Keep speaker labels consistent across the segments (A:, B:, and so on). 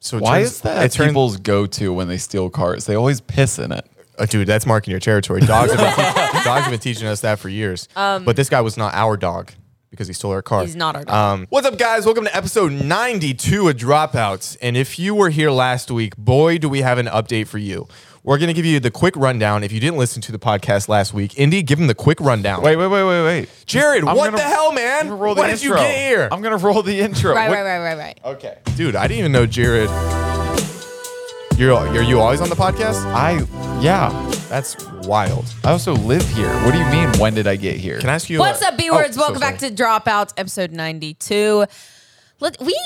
A: So it
B: Why
A: turns-
B: is that
A: It turns,
B: people's go-to when they steal cars? They always piss in it.
A: Oh, dude, that's marking your territory. Dogs have been, te- dogs have been teaching us that for years. but this guy was not our dog because he stole our car.
C: Um, He's not our dog.
A: Um, what's up, guys? Welcome to episode 92 of Dropouts. And if you were here last week, boy, do we have an update for you. We're going to give you the quick rundown. If you didn't listen to the podcast last week, Indy, give him the quick rundown.
B: Wait, wait, wait, wait, wait.
A: Jared,
B: I'm
A: what
B: gonna-
A: the hell,
B: I'm
A: man?
B: gonna roll the
A: What did you
B: intro.
A: get here?
B: I'm gonna roll the intro.
C: right,
B: What-
C: right, right, right, right.
A: okay. Dude, I didn't even know Jared. You're, are you always on the podcast?
B: I yeah.
A: That's wild.
B: I also live here. What do you mean? When did I get here?
A: Can I ask you?
C: What's
A: a-
C: up, B words?
A: Oh, so
C: Welcome
A: sorry.
C: back to Dropouts, episode ninety-two. Let we.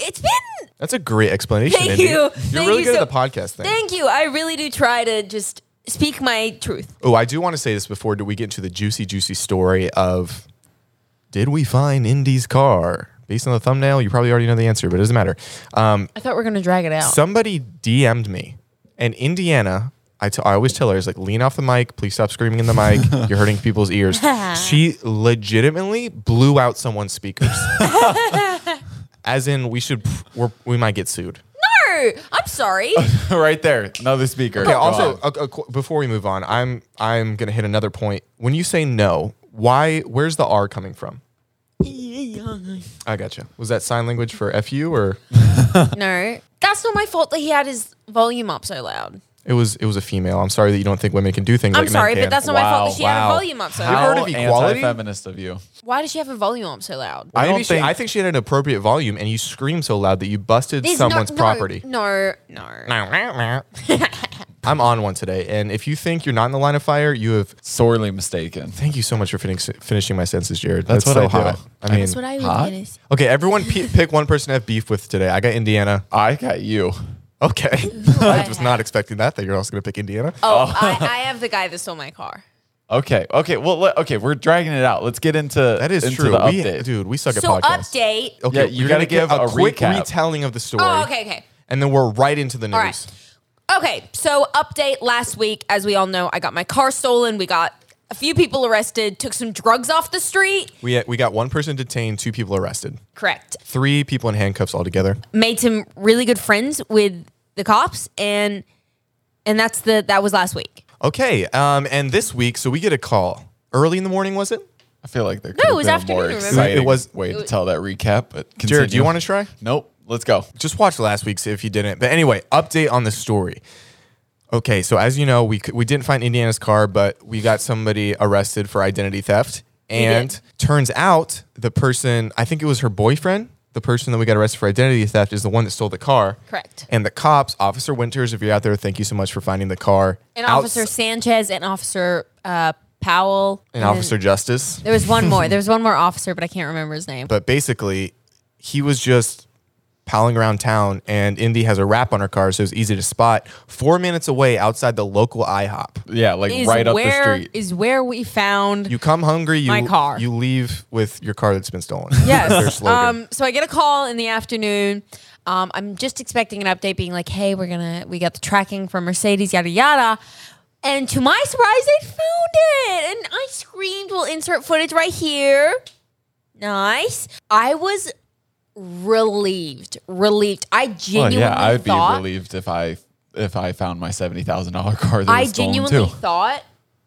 C: It's been.
A: That's a great explanation.
C: Thank
A: Indy.
C: you.
A: You're
C: Thank
A: really
C: you
A: good
C: so-
A: at the podcast thing.
C: Thank you. I really do try to just speak my truth.
A: oh, I do want to say this before do we get into the juicy, juicy story of did we find Indy's car? Based on the thumbnail, you probably already know the answer, but it doesn't matter. Um,
C: I thought we were gonna drag it out.
A: somebody DM'd me, and Indiana. I, t- I always tell her, "Is like, lean off the mic. Please stop screaming in the mic. You're hurting people's ears. she legitimately blew out someone's speakers. As in, we should, we're, we might get sued.
C: no, I'm sorry.
B: right there, another speaker.
A: Yeah.
B: Go
A: Also,
B: on.
A: a, a qu- before we move on, I'm I'm gonna hit another point. When you say no, why? Where's the R coming from? I gotcha. Was that sign language for fu or
C: no, that's not my fault that he had his volume up so loud.
A: it was it was a female? I'm sorry that you don't think women can do things.
C: I'm
A: like
C: sorry,
A: men
C: but
A: can.
C: that's not my fault that she had her volume up so
B: How
C: loud.
A: heard of equality?
B: Anti-feminist of you.
C: Why did she have her volume up so loud?
A: I
B: I
A: don't
B: don't
A: she,
B: think-
A: I think she had an appropriate volume, and you screamed so loud that you busted
C: There's no-
A: someone's
C: no,
A: property.
C: No, no.
A: I'm on one today, and if you think you're not in the line of fire, you have.
B: Sorely mistaken.
A: Thank you so much for finishing finishing my senses, Jared.
B: That's
A: That's
B: what
A: so
B: I do.
A: hot. I mean,
C: That's what I was
B: Hot?
C: gonna say.
A: Okay, everyone p- pick one person to have beef with today. I got Indiana.
B: I got you.
A: Okay. I was not expecting that, that you're also going to pick Indiana.
C: Oh, I, I have the guy that stole my car.
B: Okay. Okay. Well. let- okay. We're dragging it out. Let's get into
A: that is
B: into
A: true.
B: The
A: We,
B: update.
A: dude, we suck at
C: So
A: podcasts.
C: update.
A: Okay,
B: Yeah,
A: we're
B: you
A: gonna
B: gotta give
A: get a,
B: a
A: quick
B: recap.
A: retelling of the story.
C: Oh, okay, okay.
A: And then we're right into the news.
C: All right. Okay, so update last week. As we all know, I got my car stolen. We got a few people arrested, took some drugs off the street.
A: We, we got one person detained, two people arrested,
C: Correct.
A: three people in handcuffs altogether.
C: Made some really good friends with the cops and and that's the that was last week.
A: Okay, um, and this week, so we get a call early in the morning, was it?
B: I feel like there could
C: it
B: have
C: was
B: been a
C: afternoon,
B: more
C: remember?
B: exciting
A: It was-
B: way to tell that recap. But continue.
A: Jared, do you want to try?
B: Nope. Let's go.
A: just watch last week's if you didn't. But anyway, update on the story. Okay, so as you know, we c- we didn't find Indiana's car, but we got somebody arrested for identity theft. And
C: did.
A: turns out the person, I think it was her boyfriend, the person that we got arrested for identity theft is the one that stole the car.
C: Correct.
A: And the cops, Officer Winters, if you're out there, thank you so much for finding the car.
C: And
A: Outs-
C: Officer Sanchez and Officer uh, Powell.
A: and
C: then
A: Officer Justice.
C: There was one more. There was one more officer, but I can't remember his name.
A: But basically, he was just palling around town, and Indy has a wrap on her car, so it's easy to spot. Four minutes away outside the local IHOP.
B: Yeah, like
C: Is
B: right up
C: where-
B: the street.
C: Is where we found.
A: You come hungry, you
C: My car.
A: you leave with your car that's been stolen. Their
C: yes.
A: slogan.
C: Um, so I get a call in the afternoon. Um, I'm just expecting an update being like, hey, we're going to, we got the tracking from Mercedes, yada, yada. And to my surprise, they found it. And I screamed, we'll insert footage right here. Nice. I was relieved. Relieved. I
B: Well,
C: genuinely
B: Oh, yeah, I'd be
C: thought.
B: relieved if I if I found my seventy thousand dollar car that
C: I
B: was stolen
C: genuinely
B: too.
C: thought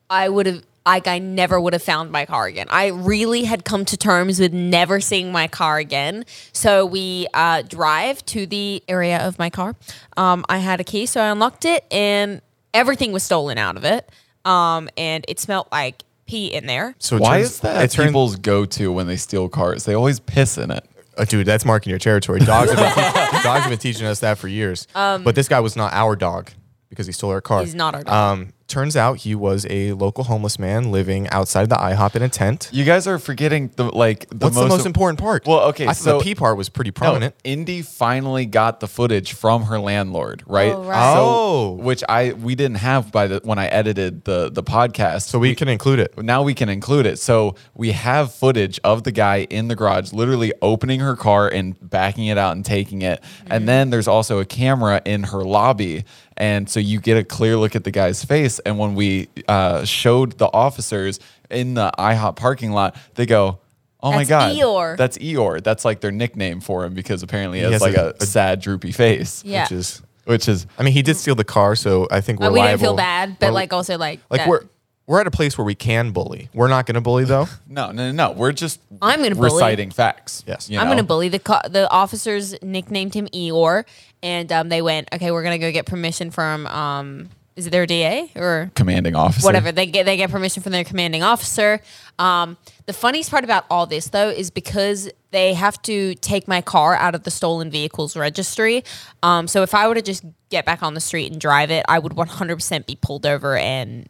C: I would have like I never would have found my car again. I really had come to terms with never seeing my car again. So we uh, drive to the area of my car. Um, I had a key, so I unlocked it, and everything was stolen out of it. Um, and it smelled like pee in there.
A: so it
B: Why
A: turns-
B: is that
A: It turns,
B: people's go-to when they steal cars? They always piss in it.
A: Oh, dude, that's marking your territory. Dogs have been, te- dogs have been teaching us that for years. but this guy was not our dog because he stole our car.
C: Um, He's not our dog.
A: Um, turns out he was a local homeless man living outside the IHOP in a tent.
B: You guys are forgetting the like the
A: What's
B: most,
A: the most important part?
B: Well, okay,
A: I
B: so-
A: thought the P part was pretty
B: No,
A: prominent.
B: Indy finally got the footage from her landlord, right?
C: Oh, right.
A: Oh.
B: So, which I we didn't have by the when I edited the the podcast.
A: So we, can include it.
B: now we can include it. So we have footage of the guy in the garage literally opening her car and backing it out and taking it.
C: Mm-hmm.
B: And then there's also a camera in her lobby. And so you get a clear look at the guy's face. And when we uh, showed the officers in the IHOP parking lot, they go, Oh my
C: That's
B: god,
C: Eeyore.
B: That's Eeyore. That's like their nickname for him because apparently he has,
A: has
B: like
A: a-
B: a, sad, droopy face.
C: Yeah.
A: which is.
B: which is
A: I mean, he did steal the car, so I think we're
C: Like, Uh, we
A: liable.
C: didn't feel bad, but
A: We're-
C: like also like
A: like
C: that-
A: we're we're at a place where we can bully. We're not going to bully though.
B: no, no, no. no. We're just
C: I'm gonna bully.
B: reciting facts.
A: Yes.
B: you
C: I'm
B: know?
C: gonna bully the co- the officers nicknamed him Eeyore, and um, they went okay. We're gonna go get permission from um, is it their DA or
B: commanding officer.
C: whatever they get they get permission from their commanding officer. Um, the funniest part about all this though is because they have to take my car out of the stolen vehicles registry. Um, so if I were to just get back on the street and drive it, I would 100% be pulled over and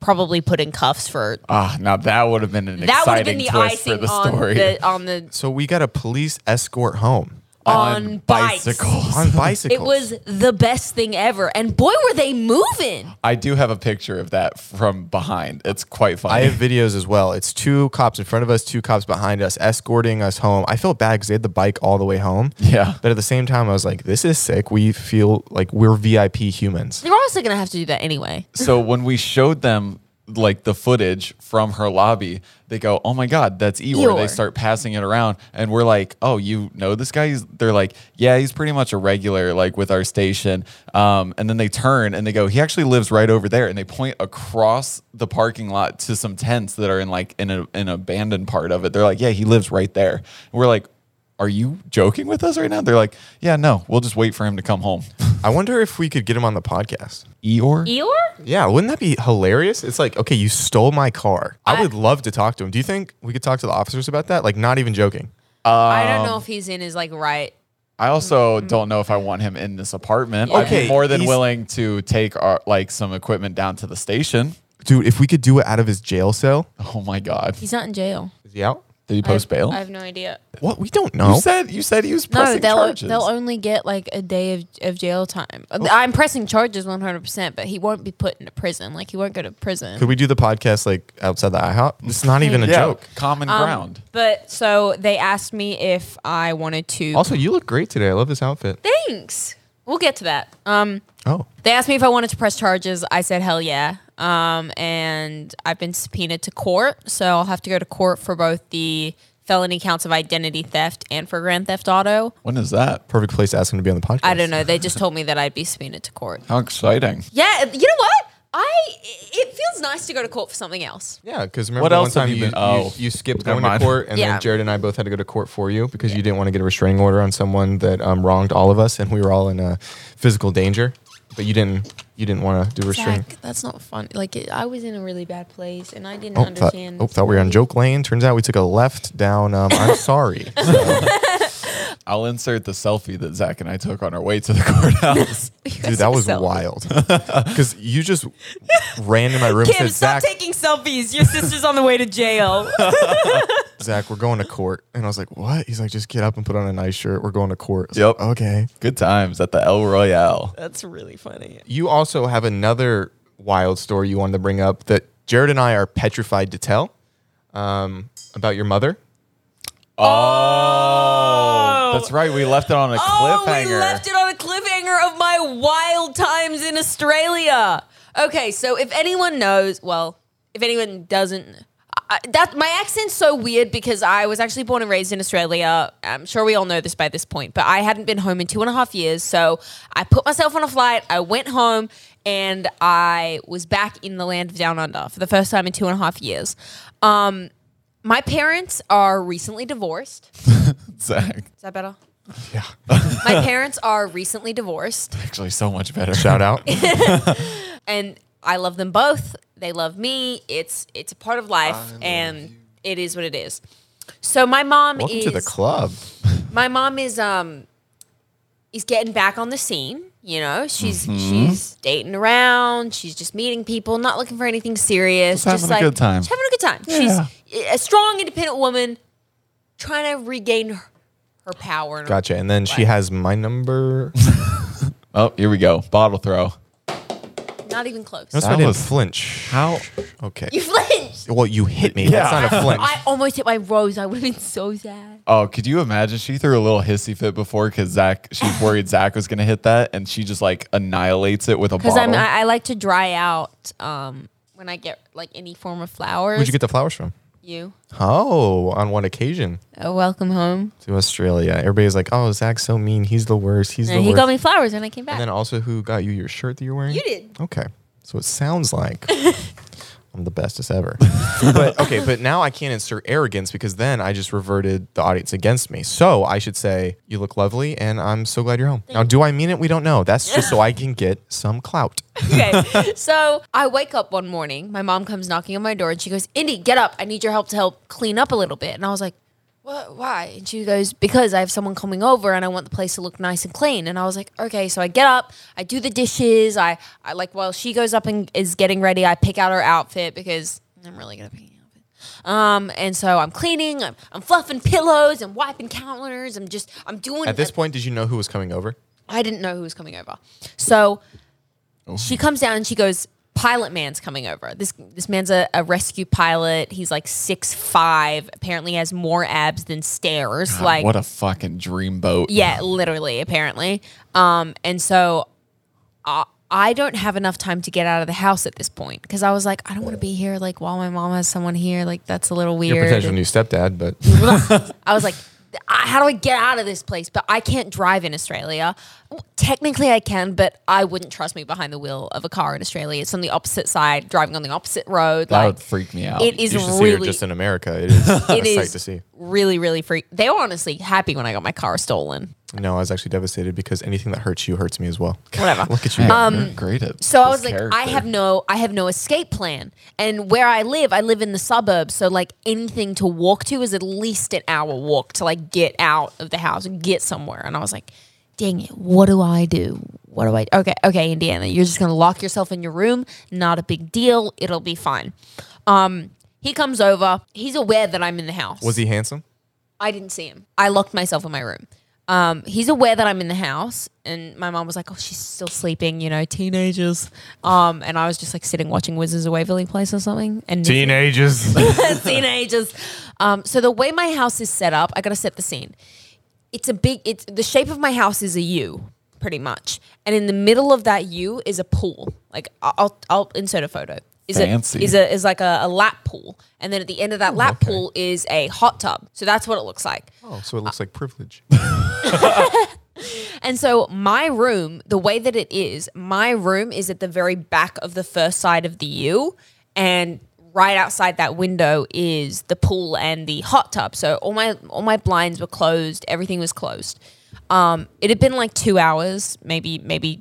C: probably put in cuffs for.
B: Ah, now that would have been an
C: that would have
B: exciting
C: been the
B: twist for
C: icing
B: the
C: on
B: story.
C: the on the
A: So we got a police escort home
C: on, bikes.
A: on bicycles.
C: It was the best thing ever. And boy, were they moving.
B: I do have a picture of that from behind. It's quite
A: I
B: funny.
A: have videos as well. It's two cops in front of us, two cops behind us, escorting us home. I felt bad because they had the bike all the way home.
B: Yeah.
A: But at the same time, I was like, this is sick. We feel like we're VIP humans.
C: They're also going to have to do that anyway.
B: so when we showed them like the footage from her lobby, they go, "Oh my god, that's Eeyore. They
C: Eeyore.
B: start passing it around, and we're like, "Oh, you know this guy?" He's, they're like, "Yeah, he's pretty much a regular, like with our station." Um, and then they turn and they go, "He actually lives right over there," and they point across the parking lot to some tents that are in like in a, an abandoned part of it. They're like, "Yeah, he lives right there." And we're like. Are you joking with us right now? They're like, yeah, no, we'll just wait for him to come home.
A: I wonder if we could get him on the podcast.
B: Eeyore?
C: Eeyore?
A: Yeah, wouldn't that be hilarious? It's like, okay, you stole my car. I, would love to talk to him. Do you think we could talk to the officers about that? Like, not even joking.
C: I
B: Um,
C: don't know if he's in his like right.
B: I
C: Mm-hmm.
B: also don't know if I want him in this apartment.
A: Okay,
B: I'm more than
A: he's-
B: willing to take our like some equipment down to the station.
A: Dude, if we could do it out of his jail cell,
B: Oh my god.
C: He's not in jail.
A: is he out?
B: Did he post bail?
C: I have no idea.
A: What? We don't
B: you
A: know.
B: said you said he was
C: No,
B: pressing
C: they'll,
B: charges. Oh.
C: they'll only get like a day of, of jail time. I'm pressing charges 100%, but he won't be put into prison. Like, he won't go to prison.
A: Could we do the podcast like outside the IHOP? It's not even a
B: yeah,
A: joke.
B: common
C: Um,
B: ground.
C: But so they asked me if I wanted to.
A: Also, you look great today. I love this outfit.
C: Thanks. We'll get to that. Um,
A: Oh,
C: They asked me if I wanted to press charges. I said hell yeah. Um, and I've been subpoenaed to court, so I'll have to go to court for both the felony counts of identity theft and for grand theft auto.
B: When is that?
A: perfect place to ask him to be on the podcast.
C: I don't know. They just told me that I'd be subpoenaed to court.
B: How exciting.
C: Yeah, uh, you know what? I it feels nice to go to court for something else.
A: Yeah, because remember
B: What
A: the
B: else
A: one time
B: have you
A: you,
B: been- oh,
A: you, you skipped
B: never
A: going to
B: mind.
A: court, and
C: Yeah.
A: then Jared and I both had to go to court for you because you didn't want to get a restraining order on someone that um, wronged all of us, and we were all in uh, physical danger, but you didn't you didn't want to do Oh, restraining.
C: Zach, that's not fun. Like it, I was in a really bad place, and I didn't
A: Oh thought,
C: understand.
A: oh, thought we were on joke lane. Turns out we took a left down. Um, I'm sorry.
B: I'll insert the selfie that Zach and I took on our way to the courthouse.
A: Dude, that was wild. Because you just ran in my room
C: Kim,
A: and said,
C: stop
A: Zach,
C: taking selfies. Your sister's on the way to jail.
A: Zach, we're going to court. And I was like, what? He's like, just get up and put on a nice shirt. We're going to court. I was
B: Yep.
A: like, okay.
B: Good times at the El Royale.
C: That's really funny.
A: You also have another wild story you wanted to bring up that Jared and I are petrified to tell um, about your mother.
B: Oh, that's right. We left it on a
C: Oh,
B: cliffhanger.
C: we left it on a cliffhanger of my wild times in Australia. Okay, so if anyone knows, well, if anyone doesn't, I, that my accent's so weird because I was actually born and raised in Australia. I'm sure we all know this by this point, but I hadn't been home in two and a half years, so I put myself on a flight. I went home. And I was back in the land of down under for the first time in two and a half years. Um, my parents are recently divorced.
B: Zach,
C: Is that better?
A: Yeah.
C: My parents are recently divorced,
B: actually, so much better.
A: Shout out.
C: and I love them both. They love me. It's it's a part of life, and it is what it is. So my mom
A: Welcome
C: is
A: to the club.
C: my mom is um is getting back on the scene. You know, she's
A: Mm-hmm.
C: she's dating around. She's just meeting people, not looking for anything serious.
B: Just having a
C: like
B: good time.
C: just having a good time. She's a strong, independent woman trying to regain her, her power. and her
A: Gotcha. And then she has my number.
B: Oh, here we go. Bottle throw.
C: Not even close.
A: That's
B: That
A: why I didn't
B: was-
A: flinch.
B: How
A: Okay.
C: You flinched.
A: well, you hit me.
B: Yeah.
A: That's not a flinch.
C: I almost hit my rose. I would have been so sad.
B: Oh, could you imagine? She threw a little hissy fit before because Zach, she's worried Zach was going to hit that, and she just like annihilates it with a
C: Because
B: bottle.
C: I'm I, I like to dry out um when I get like any form of flowers.
A: Where'd you get the flowers from?
C: You.
A: Oh, on one occasion
C: Oh, welcome home.
A: to Australia, everybody's like, "Oh, Zach's so mean. He's the worst. He's the
C: And he
A: worst."
C: got me flowers when I came back.
A: and then also, who got you your shirt that you're wearing?
C: you did.
A: Okay. So it sounds like I'm the bestest ever. but okay, but now I can't insert arrogance because then I just reverted the audience against me. So I should say, you look lovely and I'm so glad you're home. Now, do I mean it? We don't know. That's just so I can get some clout.
C: okay. So I wake up one morning. My mom comes knocking on my door and she goes, Indy, get up. I need your help to help clean up a little bit. And I was like, what, why? And she goes, because I have someone coming over and I want the place to look nice and clean. And I was like, okay. So I get up, I do the dishes. I, I like, while she goes up and is getting ready, I pick out her outfit because I'm really going to pick an outfit. Um, and so I'm cleaning, I'm, I'm fluffing pillows and wiping counters. I'm just, I'm doing
A: At this point, did you know who was coming over?
C: I didn't know who was coming over. So
B: Oh.
C: she comes down and she goes, Pilot man's coming over. This this man's a, a rescue pilot. He's like six five. Apparently has more abs than stairs. like
B: what a fucking dream boat.
C: yeah, literally, apparently. Um, and so I, I don't have enough time to get out of the house at this point because I was like, I don't want to be here. Like while my mom has someone here, like that's a little weird.
A: Your potential
C: And-
A: new stepdad, but
C: I was like, I, how do I get out of this place? But I can't drive in Australia. Technically, I can, but I wouldn't trust me behind the wheel of a car in Australia. It's on the opposite side, driving on the opposite road.
B: That
C: like,
B: would freak me out.
C: It is
A: you should see her
C: really,
A: just in America. It is
C: it
A: a sight
C: is
A: to see.
C: really, really freak. They were honestly happy when I got my car stolen.
A: No, I was actually devastated because anything that hurts you hurts me as well.
C: Whatever. Um,
A: Look at you.
B: Man,
A: go.
B: you're great at
C: So I
B: this
C: was like, I
B: character.
C: have no, I have no escape plan. And where I live, I live in the suburbs. So like anything to walk to is at least an hour walk to like get out of the house and get somewhere. And I was like, dang it, what do I do? What do I? Okay, okay, Indiana, you're just gonna lock yourself in your room. Not a big deal. It'll be fine. Um, he comes over. He's aware that I'm in the house.
A: Was he handsome?
C: I didn't see him. I locked myself in my room. Um, he's aware that I'm in the house, and my mom was like, "Oh, she's still sleeping," you know, teenagers. Um, and I was just like sitting watching Wizards of Waverly Place or something, and
A: Teenagers.
C: teenagers. Um, so the way my house is set up, I gotta set the scene. It's a big. It's the shape of my house is a U, pretty much, and in the middle of that U is a pool. Like I- I'll I'll insert a photo. Is
B: Fancy.
C: it is a is like a, a lap pool, and then at the end of that lap
A: okay.
C: pool is a hot tub. So that's what it looks like.
A: oh, so it
C: Uh,
A: looks like privilege.
C: And so my room, the way that it is, my room is at the very back of the first side of the U and right outside that window is the pool and the hot tub. So all my all my blinds were closed, everything was closed. Um, it had been like 2 hours, maybe maybe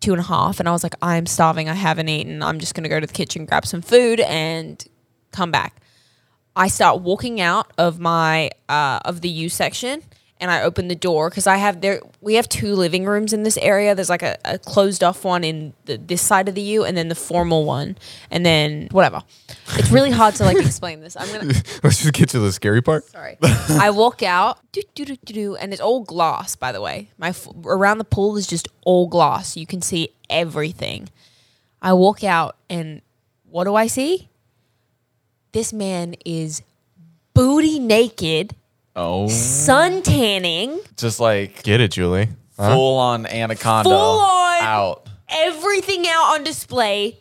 C: two and a half and I was like I'm starving, I haven't eaten. I'm just going to go to the kitchen, grab some food and come back. I start walking out of my uh, of the U section and I open the door because I have there we have two living rooms in this area. There's like a, a closed off one in the, this side of the U and then the formal one and then whatever. It's really hard to like explain this. I'm gonna
A: Let's just get to the scary part.
C: sorry. I walk out do do do do do and it's all glass by the way. My f- around the pool is just all glass. You can see everything. I walk out and what do I see? This man is booty naked,
B: oh,
C: sun tanning,
B: just like
A: Get it, Julie.
B: full on anaconda,
C: Full on.
B: out.
C: everything out on display.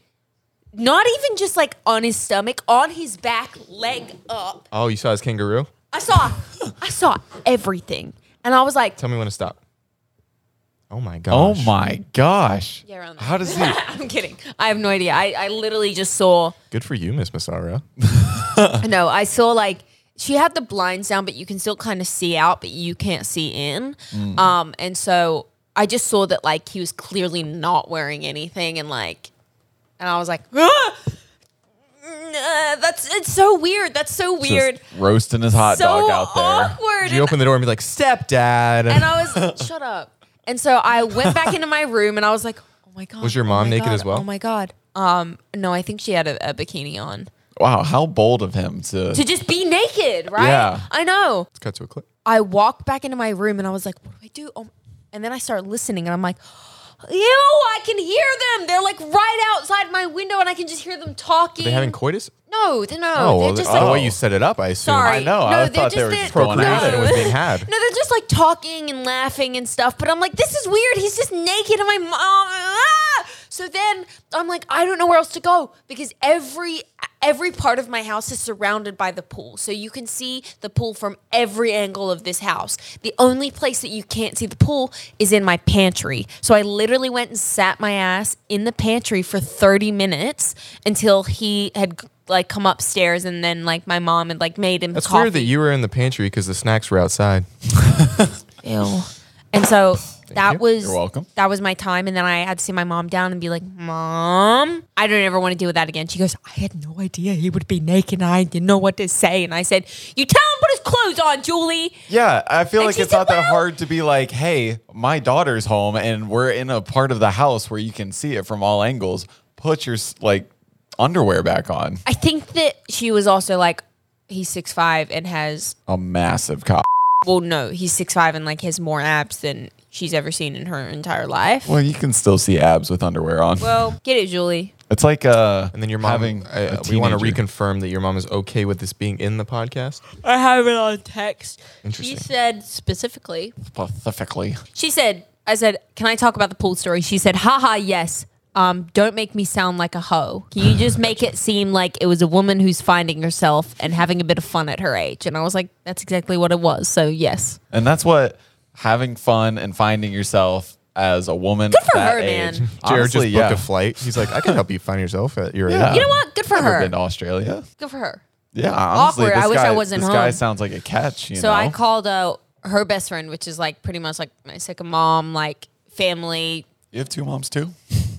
C: Not even just like on his stomach, on his back, leg up.
A: Oh, you saw his kangaroo?
C: I saw, I saw everything, and I was like,
A: Tell me when to stop. Oh my
B: Oh
A: gosh.
B: my gosh!
C: Yeah, around there.
B: How does he?
C: I'm kidding. I have no idea. I, I literally just saw.
A: Good for you, Miss Masara.
B: Uh.
C: No, I saw like she had the blinds down, but you can still kind of see out, but you can't see in.
B: Mm.
C: Um, and so I just saw that like he was clearly not wearing anything, and like, and I was like, "Ah! Nah, that's it's so weird. That's so weird.
B: Just roasting his hot
C: so
B: dog out there.
C: awkward.
A: You
C: And
A: open the door and be like, stepdad.
C: and I was shut up. And so I went back into my room and I was like, oh my god.
A: Was your
C: oh
A: mom
C: my
A: naked
C: God,
A: as well?
C: Oh my god. Um, no, I think she had a, a bikini on.
B: Wow, how bold of him to.
C: To just be naked, right?
B: Yeah.
C: I know.
A: Let's cut to a clip.
C: I walked back into my room and I was like, what do I do? Oh. And then I started listening and I'm like, ew, I can hear them. They're like right outside my window and I can just hear them talking.
A: They having coitus?
C: no, they no.
A: Oh, well,
C: they're just
A: the
C: like,
A: way you set it up, I assume.
C: sorry.
B: I know.
C: No,
B: I
C: they're
B: thought
C: just
B: they were
C: the-
B: just going
A: Procreation
B: at it.
A: was being had.
C: No, they're just like talking and laughing and stuff. But I'm like, this is weird. He's just naked and my mom. Ah! So So then I'm like, I don't know where else to go because every every part of my house is surrounded by the pool. So you can see the pool from every angle of this house. The only place that you can't see the pool is in my pantry. So I literally went and sat my ass in the pantry for 30 minutes until he had like come upstairs and then like my mom had like made him
A: That's
C: coffee.
A: weird that you were in the pantry because the snacks were outside.
C: Ew. And so that
A: you.
C: was
B: You're welcome.
C: That was my time, and then I had to see my mom down and be like, "Mom, I don't ever want to deal with that again." She goes, "I had no idea he would be naked. and I didn't know what to say." And I said, "You tell him put his clothes on, Julie."
B: Yeah, I feel
C: And
B: like
C: she
B: it's
C: said,
B: not that
C: "Well-"
B: hard to be like, hey, my daughter's home and we're in a part of the house where you can see it from all angles. Put your s- like underwear back on.
C: I think that she was also like, "He's six five and has
B: A massive cop.
C: well, no, he's six five and like has more abs than she's ever seen in her entire life."
B: Well, you can still see abs with underwear on.
C: Well, get it, Julie.
B: it's like uh
A: And then your mom,
B: having
A: I-
B: a
A: we want to
B: teenager.
A: reconfirm that your mom is okay with this being in the podcast.
C: I have it on text. She
A: Interesting.
C: said specifically.
B: specifically.
C: She said, I said, can I talk about the pool story? She said, haha, yes. Um, don't make me sound like a hoe. Can you just make it seem like it was a woman who's finding herself and having a bit of fun at her age? And I was like, that's exactly what it was. So, yes.
B: And that's what having fun and finding yourself as a woman. Good
C: for
B: that
C: her,
B: age.
C: man.
A: Jared
B: Honestly,
A: just booked
B: yeah.
A: a flight. He's like, I can help you find yourself at your
B: Yeah.
A: age.
C: You know what? Good for
B: Never
C: her.
B: been to Australia.
C: Good for her.
B: Yeah, honestly,
C: Awkward. I
B: this
C: wish I
B: guy-
C: wasn't
B: This guy
C: home.
B: sounds like a catch. You
C: So
B: know?
C: I called uh, her best friend, which is like pretty much like my second mom, like family,
B: You have two moms too.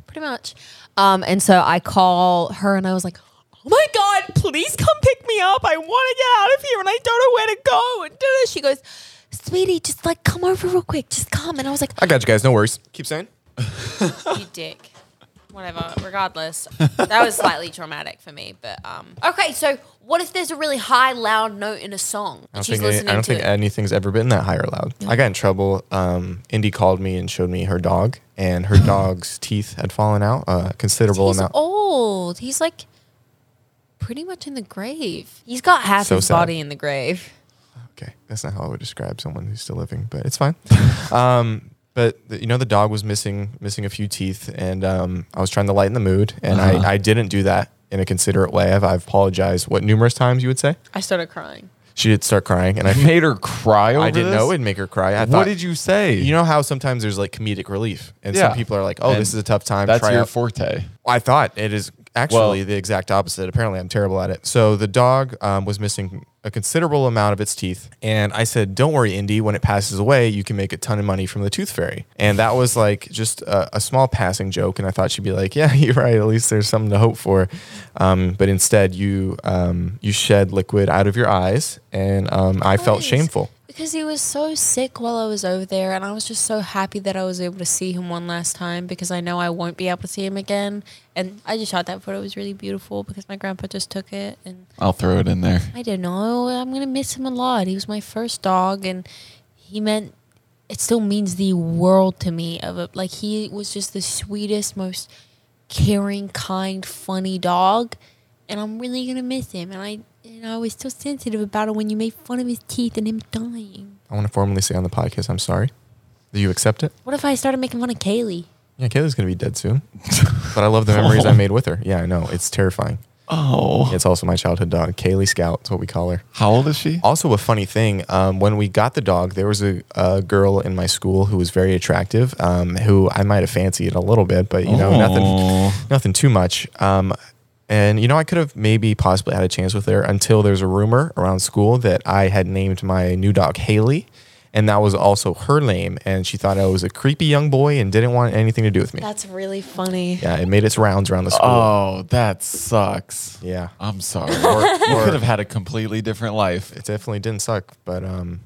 C: pretty much. Um, and so I call her and I was like, Oh my God, please come pick me up. I want to get out of here and I don't know where to go. And da-da. she goes, Sweetie, just like come over real quick. Just come. And I was like, "Ah."
A: I got you guys. No worries. Keep saying.
C: You dick. Whatever. Regardless, that was slightly traumatic for me. But um, okay, so what if there's a really high, loud note in a song
A: I don't
C: and she's
A: think, any,
C: listening
A: I don't
C: to
A: think
C: it?
A: anything's ever been that high or loud. I got in trouble. Um, Indy called me and showed me her dog, and her dog's teeth had fallen out a considerable
C: He's
A: amount.
B: Oh.
C: old. He's like pretty much in the grave. He's got half
A: So
C: his
A: sad.
C: body in the grave.
A: Okay, that's not how I would describe someone who's still living, but it's fine. um, but the, you know, the dog was missing missing a few teeth, and um, I was trying to lighten the mood, and
B: Uh-huh.
A: I, I didn't do that in a considerate way. I've, I've apologized. What numerous times you would say?
C: I started crying.
A: She did start crying, and I
B: Made her cry. Over
A: I didn't
B: this?
A: know it'd make her cry. I
B: what
A: thought,
B: did you say?
A: You know how sometimes there's like comedic relief, and
B: Yeah.
A: some people are like, "Oh,
B: And
A: this is a tough time."
B: that's
A: try
B: your
A: out-
B: forte.
A: I thought it is actually
B: Well-
A: the exact opposite. Apparently, I'm terrible at it. So the dog um, was missing a considerable amount of its teeth, and I said, "Don't worry, Indy. When it passes away, you can make a ton of money from the tooth fairy." And that was like just a, a small passing joke, and I thought she'd be like, "Yeah, you're right. At least there's something to hope for." Um, but instead, you um, you shed liquid out of your eyes, and um, I felt
C: Nice.
A: shameful.
C: Because he was so sick while I was over there, and I was just so happy that I was able to see him one last time because I know I won't be able to see him again. And I just shot that photo; it was really beautiful because my grandpa just took it, and
B: I'll throw it in there.
C: I don't know. oh, I'm gonna miss him a lot. He was my first dog, and he meant it still means the world to me. Of a, like he was just the sweetest, most caring, kind, funny dog, and I'm really gonna miss him. And I and I was still sensitive about it when you made fun of his teeth and him dying.
A: I want to formally say on the podcast, "I'm sorry." Do you accept it?
C: What if I started making fun of Kaylee?
A: Yeah, Kayla's gonna be dead soon. but I love the memories I made with her. Yeah, I know. It's terrifying.
B: Oh,
A: It's also my childhood dog, Kaylee Scout. That's what we call her.
B: how old is she?
A: Also, a funny thing um, when we got the dog, there was a, a girl in my school who was very attractive, um, who I might have fancied a little bit, but you know,
B: Oh.
A: nothing, nothing too much. Um, and you know, I could have maybe possibly had a chance with her until there's a rumor around school that I had named my new dog Haley, and that was also her name, and she thought I was a creepy young boy and didn't want anything to do with me.
C: That's really funny.
A: Yeah, it made its rounds around the school.
B: Oh, that sucks.
A: Yeah.
B: I'm sorry. you could have had a completely different life.
A: It definitely didn't suck, but um,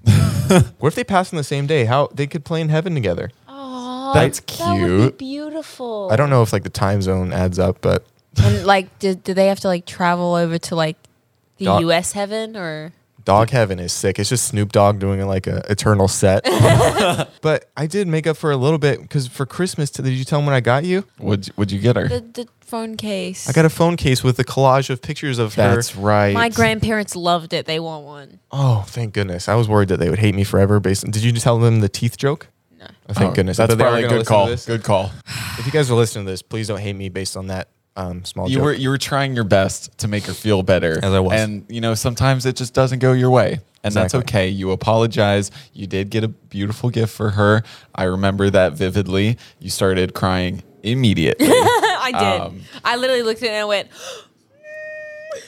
A: what if they passed on the same day? How they could play in heaven together?
C: Aww,
B: That's
C: That would
B: cute.
C: be beautiful.
A: I don't know if like the time zone adds up, but
C: And like, do, do they have to like travel over to like the
A: Dog-
C: U.S. heaven or?
A: dog heaven is sick. It's just Snoop Dogg doing like a eternal set. but I did make up for a little bit because for Christmas, did you tell them when I got you?
B: Would Would you get her?
C: The, the phone case.
A: I got a phone case with a collage of pictures of
B: That's
A: her.
B: right.
C: My grandparents loved it. They want one.
A: Oh, thank goodness! I was worried that they would hate me forever. Based, on, did you tell them the teeth joke?
C: No.
A: Oh, thank goodness.
B: That's
A: But they are
B: probably a
A: gonna
B: good
A: listen to
B: call.
A: this.
B: Good call.
A: if you guys are listening to this, please don't hate me based on that um, small
B: You
A: joke.
B: were you were trying your best to make her feel better.
A: As I was.
B: And you know, sometimes it just doesn't go your way. And that's
A: Exactly.
B: okay. You apologize. You did get a beautiful gift for her. I remember that vividly. You started crying immediately.
C: I did.
A: Um,
C: I literally looked at it and I went,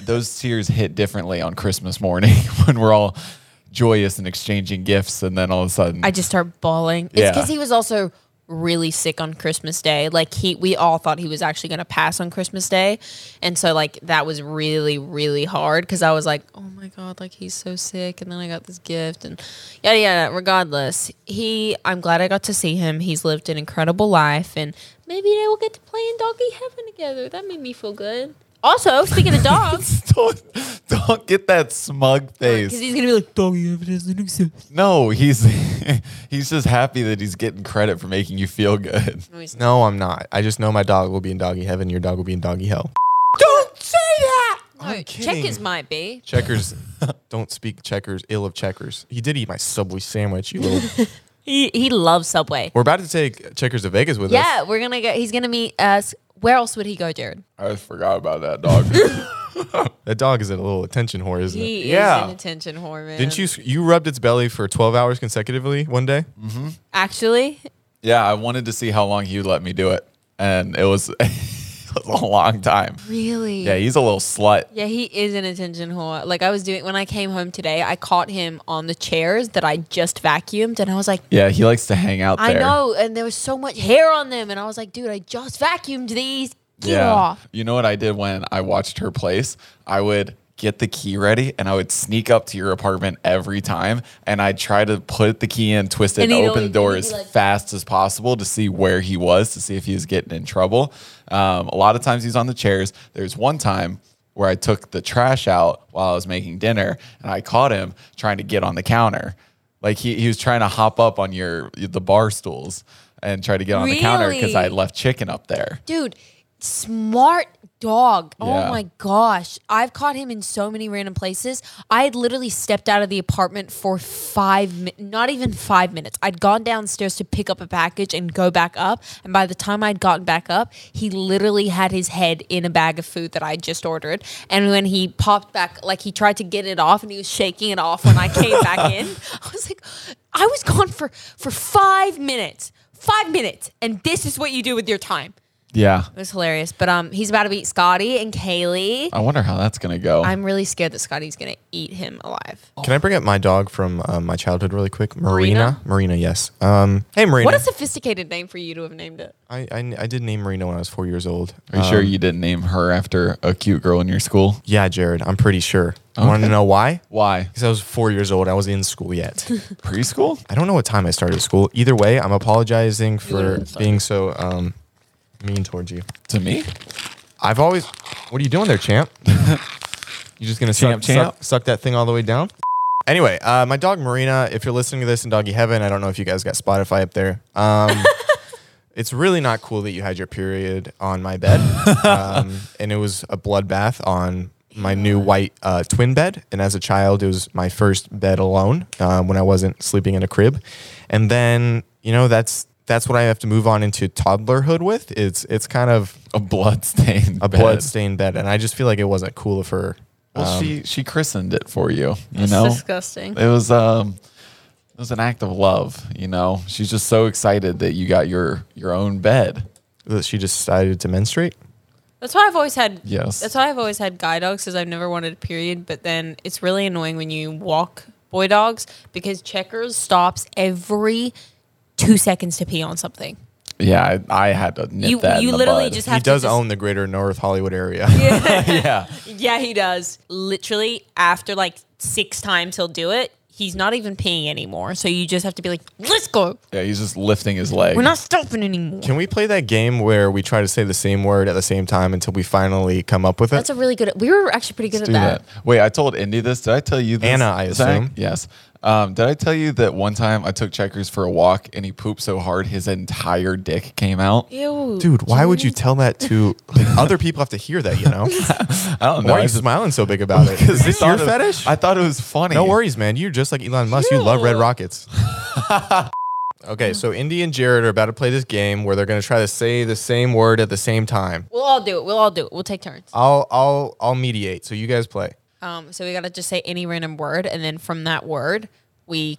B: Those tears hit differently on Christmas morning when we're all joyous and exchanging gifts and then all of a sudden
C: I just start bawling. It's
B: Yeah.
C: because he was also really sick on Christmas Day. Like he, we all thought he was actually going to pass on Christmas Day, and so like that was really, really hard because I was like, oh my god, like he's so sick, and then I got this gift and yada yada. Regardless, he, I'm glad I got to see him. He's lived an incredible life, and maybe they will get to play in doggy heaven together. That made me feel good. Also, speaking of dogs,
B: don't, don't get that smug face.
C: because he's gonna be like doggy heaven.
B: No, he's he's just happy that he's getting credit for making you feel good.
A: no, I'm not. I just know my dog will be in doggy heaven. Your dog will be in doggy hell.
C: Don't say that. No,
B: kidding.
C: checkers might be.
A: Checkers, don't speak checkers. Ill of checkers. He did eat my Subway sandwich. You little.
C: He, he loves Subway.
A: we're about to take checkers to Vegas with us.
C: Yeah, we're gonna go. He's gonna meet us. Where else would he go, Jared?
B: I forgot about that dog.
A: That dog is a little attention whore, isn't it?
B: Yeah.
C: attention whore, man.
A: Didn't you you rubbed its belly for 12 hours consecutively one day?
B: Mm.
C: actually?
B: yeah, I wanted to see how long he would let me do it, and it was, it was a long time.
C: Really?
B: Yeah, he's a little slut.
C: Yeah, he is an attention whore. Like I was doing when I came home today, I caught him on the chairs that I just vacuumed, and I was like,
B: Yeah, he likes to hang out
C: I
B: there.
C: know, and there was so much hair on them, and I was like, dude, I just vacuumed these. Get
B: Yeah.
C: off.
B: You know what I did when I watched her place? I would get the key ready and I would sneak up to your apartment every time and I'd try to put the key in, twist it,
C: And
B: and,
C: he'd
B: open
C: always-
B: the door
C: he'd be
B: as
C: like-
B: fast as possible to see where he was, to see if he was getting in trouble. Um, a lot of times he's on the chairs. There's one time where I took the trash out while I was making dinner and I caught him trying to get on the counter. Like he, he was trying to hop up on your the bar stools and try to get on the counter because I
C: Really?
B: left chicken up there.
C: Dude, smart dog.
B: Yeah.
C: Oh my gosh. I've caught him in so many random places. I had literally stepped out of the apartment for five, mi- not even five minutes. I'd gone downstairs to pick up a package and go back up. And by the time I'd gotten back up, he literally had his head in a bag of food that I just ordered. And when he popped back, like he tried to get it off and he was shaking it off when I came back in. I was like, I was gone for, for five minutes. Five minutes, and this is what you do with your time.
B: Yeah.
C: It was hilarious. But um, he's about to eat Scotty and Kaylee.
B: I wonder how that's gonna go.
C: I'm really scared that Scotty's gonna eat him alive.
A: Can I bring up my dog from uh, my childhood really quick? Marina. Marina, yes. Um, hey, Marina.
C: What a sophisticated name for you to have named it.
A: I, I, I did name Marina when I was four years old. Um,
B: Are you
C: um,
B: sure you didn't name her after a cute girl in your school?
A: Yeah, Jared, I'm pretty sure. I want to know why?
B: Why?
A: Because I was four years old. I was in school yet.
B: Preschool?
A: I don't know what time I started school. Either way, I'm apologizing for being so um, mean towards you.
B: To me?
A: I've always. What are you doing there, champ? you just gonna
B: Champ,
A: suck,
B: champ.
A: Suck, suck that thing all the way down? Anyway, uh, my dog Marina. If you're listening to this in Doggy Heaven, I don't know if you guys got Spotify up there. Um, it's really not cool that you had your period on my bed, um, and it was a bloodbath on my new white uh, twin bed. And as a child, it was my first bed alone um, when I wasn't sleeping in a crib. And then you know that's that's what I have to move on into toddlerhood with. It's it's kind of
B: A blood stain.
A: a blood stained bed, and I just feel like it wasn't cool of her. um,
B: Well, she she christened it for you. You know?
C: disgusting.
B: It was um it was an act of love, you know. She's just so excited that you got your your own bed.
A: That she just decided to menstruate.
C: That's why I've always had.
B: Yes.
C: That's why I've always had guy dogs because I've never wanted a period. But then it's really annoying when you walk boy dogs because Checkers stops every two seconds to pee on something.
B: Yeah, I, I had to nip
C: You
B: that.
C: you
B: in the
C: literally
B: bud.
C: just have
A: He
C: to
A: does
C: just-
A: own the greater North Hollywood area.
B: yeah.
C: Yeah, he does. Literally, after like six times he'll do it. He's not even peeing anymore. So you just have to be like, let's go.
B: Yeah, he's just lifting his leg.
C: We're not stopping anymore.
A: Can we play that game where we try to say the same word at the same time until we finally come up with it?
C: That's a really good. We were actually pretty good
B: do
C: at that.
B: that. Wait, I told Indy this. Did I tell you this?
A: Anna, I
B: Zach?
A: assume.
B: Yes. Um, did I tell you that one time I took checkers for a walk and he pooped so hard his entire dick came out?
C: Ew,
A: Dude, why would you tell that to like, other people? Have to hear that, you know?
B: I don't
A: Why are
B: know. I
A: you
B: just-
A: smiling so big about it?
B: 'cause
A: Is
B: I
A: this
B: thought
A: your
B: it-
A: fetish?
B: I thought it was funny.
A: no worries, man. You're just like Elon Musk. You love red
C: Ew.
A: rockets. Okay, so Indy and Jared are about to play this game where they're going to try to say the same word at the same time.
C: We'll all do it. We'll all do it. We'll take turns.
A: I'll I'll I'll mediate. So you guys play.
C: Um, so we gotta just say any random word, and then from that word, we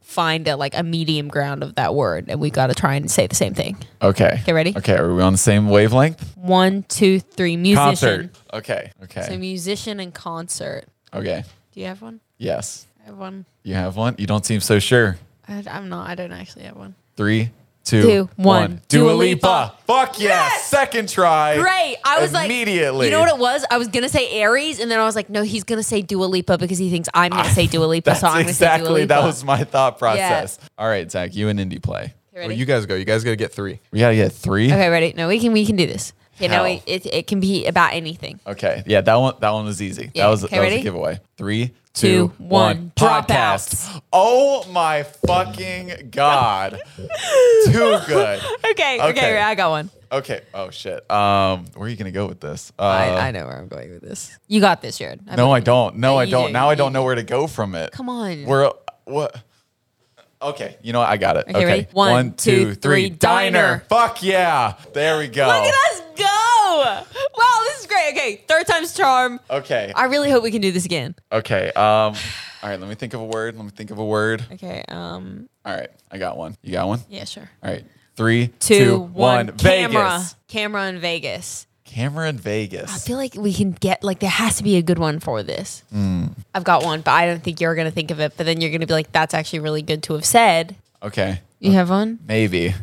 C: find a, like a medium ground of that word, and we gotta try and say the same thing.
B: Okay.
C: Okay, ready?
B: Okay, are we on the same wavelength?
C: One, two, three. Musician.
B: Concert. Okay. Okay.
C: So musician and concert.
B: okay.
C: Do you have one?
B: Yes.
C: I have one.
B: You have one? You don't seem so sure.
C: I, I'm not. I don't actually have one.
B: Three, two, one.
C: Two, one.
B: Dua,
C: Dua
B: Lipa. Fuck yes! Second try.
C: Great. I was like,
B: Immediately.
C: You know what it was? I was gonna say Aries, and then I was like, no, he's gonna say Dua Lipa because he thinks I'm gonna say Dua Lipa,
B: That's
C: so I'm gonna say Dua
B: exactly
C: Lipa.
B: that was my thought process. All right, Zach, you and Indy play.
C: Okay,
A: Well,
C: ready?
A: you guys go. You guys got to get three.
B: We gotta get three.
C: okay, ready? No, we can we can do this. Okay,
B: How?
C: now we, it it can be about anything.
B: Okay. Yeah, that one that one was easy.
C: Yeah.
B: That was
C: Okay,
B: that was
C: ready?
B: a giveaway. Three,
C: Two,
B: two,
C: one.
B: one. Podcast. Oh my fucking god. Too good.
C: Okay, okay,
B: Okay.
C: I got one.
B: Okay. Oh shit. Um, where are you gonna go with this? Uh,
C: I, I know where I'm going with this. You got this, Jared. I
B: no, I
C: believe
B: don't. No,
C: Yeah,
B: I
C: you
B: don't.
C: do,
B: Now I
C: you
B: don't
C: do.
B: know where to go from it.
C: Come on.
B: We're what? Okay. You know what? I got it.
C: Okay,
B: Okay.
C: ready? One,
B: One, two, three.
C: two, three. Diner.
B: Fuck yeah. There we go.
C: Look at us go! Wow, this is great. Okay, third time's charm.
B: Okay.
C: I really hope we can do this again.
B: Okay. Um. All right. Let me think of a word. Let me think of a word.
C: Okay. Um.
B: All right. I got one. You got one.
C: Yeah. Sure.
B: All right. Three,
C: Two,
B: two,
C: one.
B: one.
C: Camera.
B: Vegas.
C: Camera in Vegas.
B: Camera in
C: I
B: Vegas.
C: feel like we can get like there has to be a good one for this.
B: Mm.
C: I've got one, but I don't think you're gonna think of it. But then you're gonna be like, "That's actually really good to have said."
B: Okay.
C: You have one.
B: Maybe.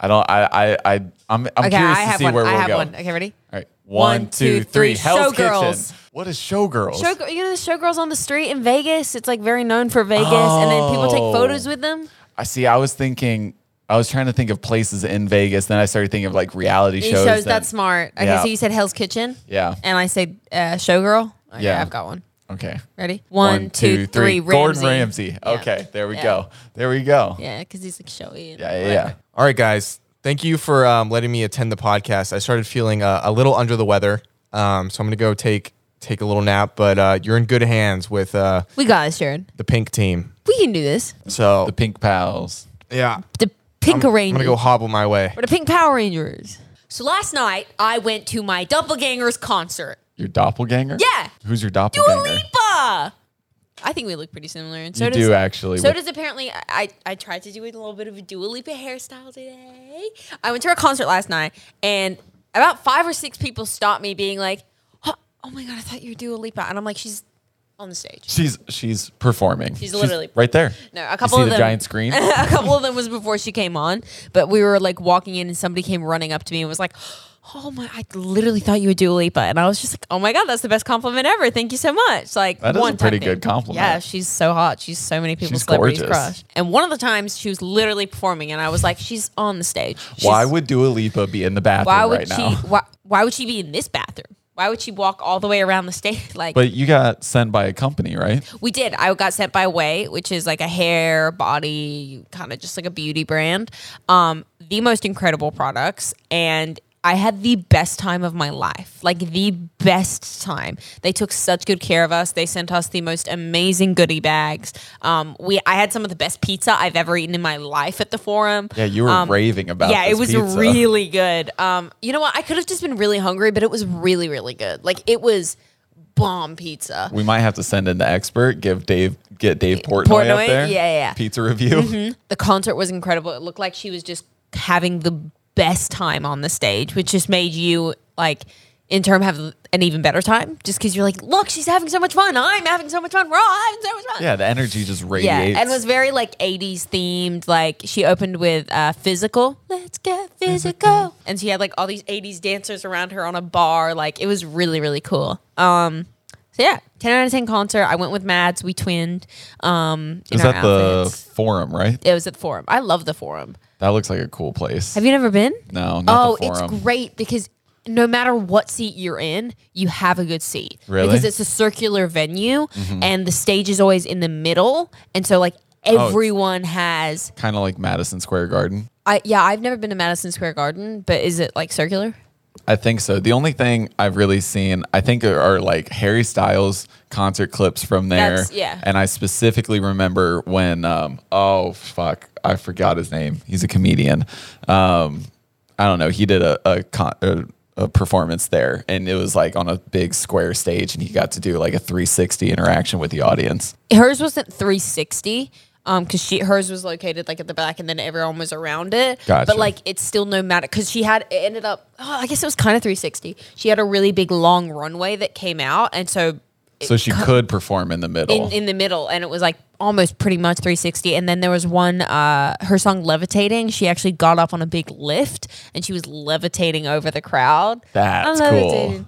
B: I don't. I. I. I. I'm. I'm
C: Okay,
B: curious
C: I
B: to
C: have
B: see
C: one.
B: where
C: I
B: we'll
C: have
B: go.
C: one. Okay, ready?
B: All right.
C: One,
B: One,
C: two,
B: two,
C: three.
B: three. Hell's
C: Showgirls.
B: Kitchen. What is Showgirls?
C: Show, you know the showgirls on the street in Vegas. It's like very known for Vegas, and then people take
B: Oh.
C: photos with them.
B: I see. I was thinking. I was trying to think of places in Vegas. Then I started thinking of like reality
C: He
B: shows.
C: shows
B: then-
C: that's smart. Okay,
B: Yeah.
C: so you said Hell's Kitchen.
B: Yeah.
C: And I said uh, Showgirl. Okay,
B: Yeah.
C: I've got one.
B: Okay.
C: Ready?
B: One, two, three. Gordon Ramsay.
C: Yeah.
B: Okay. There we
C: Yeah.
B: go. There we go. Yeah.
C: Yeah, because he's like showy. and
B: Yeah. Yeah.
C: whatever.
A: All right, guys. Thank you for um, letting me attend the podcast. I started feeling uh, a little under the weather, um, so I'm gonna go take take a little nap. But uh, you're in good hands with uh,
C: We got this, Jared.
A: the pink team.
C: We can do this.
A: So
B: The Pink Pals.
A: yeah,
C: The Pink
A: I'm
C: Rangers.
A: gonna go hobble my way.
C: or the Pink Power Rangers. So last night, I went to my Doppelganger's concert.
B: Your doppelganger.
C: Yeah.
B: Who's your
C: Dua
B: doppelganger?
C: Lipa! I think we look pretty similar. And so
B: you
C: does,
B: do actually.
C: So
B: with-
C: does apparently I, I I tried to do a little bit of a Dua Lipa hairstyle today. I went to her concert last night, and about five or six people stopped me, being like, "Huh, "Oh my god, I thought you were Dua Lipa," and I'm like, "She's on the stage."
B: she's she's performing.
C: She's literally-
B: right there.
C: No, a couple
B: you see
C: of
B: the
C: them.
B: giant screen.
C: a couple of them was before she came on, but we were like walking in, and somebody came running up to me and was like. Oh my! I literally thought you were Dua Lipa, and I was just like, "Oh my god, that's the best compliment ever! Thank you so much!" Like
B: That is a
C: one
B: pretty
C: time
B: good compliment.
C: Yeah, she's so hot. She's so many people's
B: She's
C: celebrities
B: gorgeous.
C: crush. And one of the times she was literally performing, and I was like, "She's on the stage." She's-
B: why would Dua Lipa be in the bathroom
C: why would
B: right
C: she
B: now?
C: why, why would she be in this bathroom? Why would she walk all the way around the stage? Like
B: But you got sent by a company, right?
C: we did. I got sent by Way, which is like a hair, body, kind of just like a beauty brand. Um, the most incredible products. And I had the best time of my life, like the best time. They took such good care of us. They sent us the most amazing goodie bags. Um, we, I had some of the best pizza I've ever eaten in my life at the Forum.
B: Yeah, you were
C: Um,
B: raving about.
C: yeah, it
B: this
C: was
B: pizza.
C: really good. Um, you know what? I could have just been really hungry, but it was really, really good. Like it was bomb pizza.
B: We might have to send in the expert. Give Dave, get Dave Portnoy,
C: Portnoy?
B: up there.
C: Yeah, yeah, Mm-hmm. yeah.
B: Pizza review.
C: The concert was incredible. It looked like she was just having the best time on the stage, which just made you like in turn have an even better time just because you're like, look, she's having so much fun. I'm having so much fun. We're all having so much fun.
B: Yeah, the energy just radiates.
C: Yeah, and it was very like 80s themed. Like she opened with uh, physical, let's get physical. And she had like all these 80s dancers around her on a bar. Like it was really, really cool. Um, so yeah, 10 out of 10 concert. I went with Mads, we twinned. Um, in
B: It was
C: our
B: at the
C: outfits.
B: forum, right?
C: It was at the forum. I love the forum.
B: That looks like a cool place.
C: Have you never been?
B: no, not
C: oh,
B: the forum.
C: it's great because no matter what seat you're in, you have a good seat.
B: Really? Mm-hmm.
C: Because it's a circular venue and the stage is always in the middle. And so like
B: Oh,
C: everyone has
B: Kind of like Madison Square Garden.
C: I yeah, I've never been to Madison Square Garden, but is it like circular?
B: I think so. The only thing I've really seen, I think, are, are like Harry Styles concert clips from there.
C: That's- yeah.
B: And I specifically remember when, um, oh fuck, I forgot his name. He's a comedian. Um, I don't know. He did a a, con- a a performance there, and it was like on a big square stage, and he got to do like a 360 interaction with the audience.
C: hers wasn't 360 um because she hers was located like at the back and then everyone was around it
B: Gotcha.
C: but like it's still no matter because she had it ended up oh, i guess it was kind of 360 she had a really big long runway that came out and so
B: So she could perform in the middle.
C: in, in the middle and it was like almost pretty much 360 and then there was one uh her song levitating she actually got up on a big lift and she was levitating over the crowd
B: That's
C: I'm
B: cool.
C: levitating.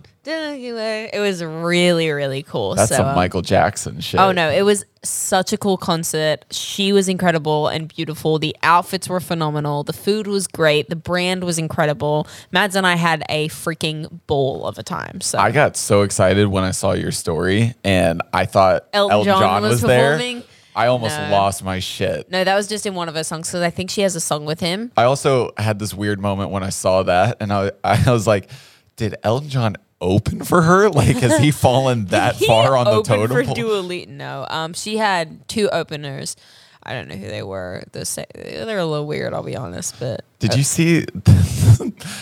C: it was really really cool
B: That's
C: so
B: some
C: um,
B: Michael Jackson shit.
C: Oh no, it was such a cool concert. She was incredible and beautiful. The outfits were phenomenal. The food was great. The brand was incredible. Mads and I had a freaking ball of a time. So
B: I got so excited when I saw your story, and I thought
C: Elton
B: Elton,
C: John
B: John,
C: was
B: was, there.
C: performing?
B: I almost
C: No.
B: lost my shit.
C: no, that was just in one of her songs because I think she has a song with him.
B: I also had this weird moment when I saw that, and I, I was like, "Did Elton John open for her? Like, has he fallen that
C: He
B: far on the
C: opened
B: totem
C: for
B: pole?"
C: Dua Lipa. No, um, she had two openers. I don't know who they were. The sa- They're a little weird. I'll be honest, but
B: Did you see?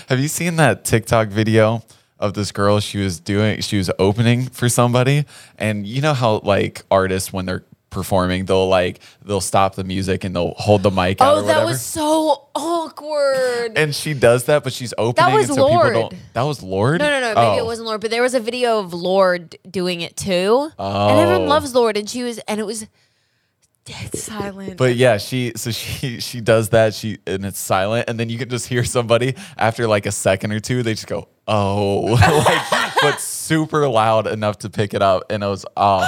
B: have you seen that TikTok video of this girl? She was doing, she was opening for somebody, and you know how like artists when they're performing, they'll like they'll stop the music and they'll hold the mic out.
C: oh,
B: or
C: that
B: whatever.
C: was so awkward.
B: and she does that, but she's opening.
C: was
B: and so
C: Lord.
B: People don't, that was Lord.
C: No, no, no. Maybe
B: Oh.
C: it wasn't Lord, but there was a video of Lord doing it too. And everyone
B: Oh.
C: loves Lord, and she was, and it was dead silent.
B: But yeah, she so she she does that. She and it's silent, and then you can just hear somebody after like a second or two. They just go oh, like, but super loud enough to pick it up, and it was oh,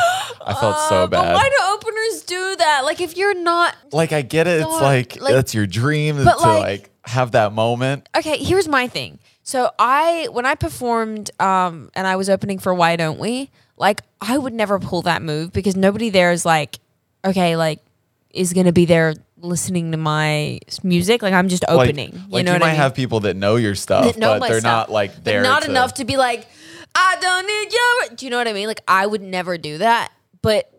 B: I felt so
C: Uh, Um, But
B: bad.
C: why do openers do that? Like, if you're not
B: like I get it. It's
C: Don't-
B: like,
C: like-
B: that's your dream to
C: but, like-
B: like have that moment.
C: okay, here's my thing. So I when I performed um and I was opening for Why Don't We, like I would never pull that move because nobody there is like, okay, like is gonna be there listening to my s- music. Like I'm just
B: Like-
C: opening.
B: Like,
C: you know
B: you
C: what
B: might
C: I mean?
B: have people that know your stuff,
C: that know
B: but
C: my
B: they're
C: stuff,
B: not like
C: but
B: there.
C: not
B: to-
C: enough to be like, I don't need your. Do you know what I mean? Like, I would never do that, but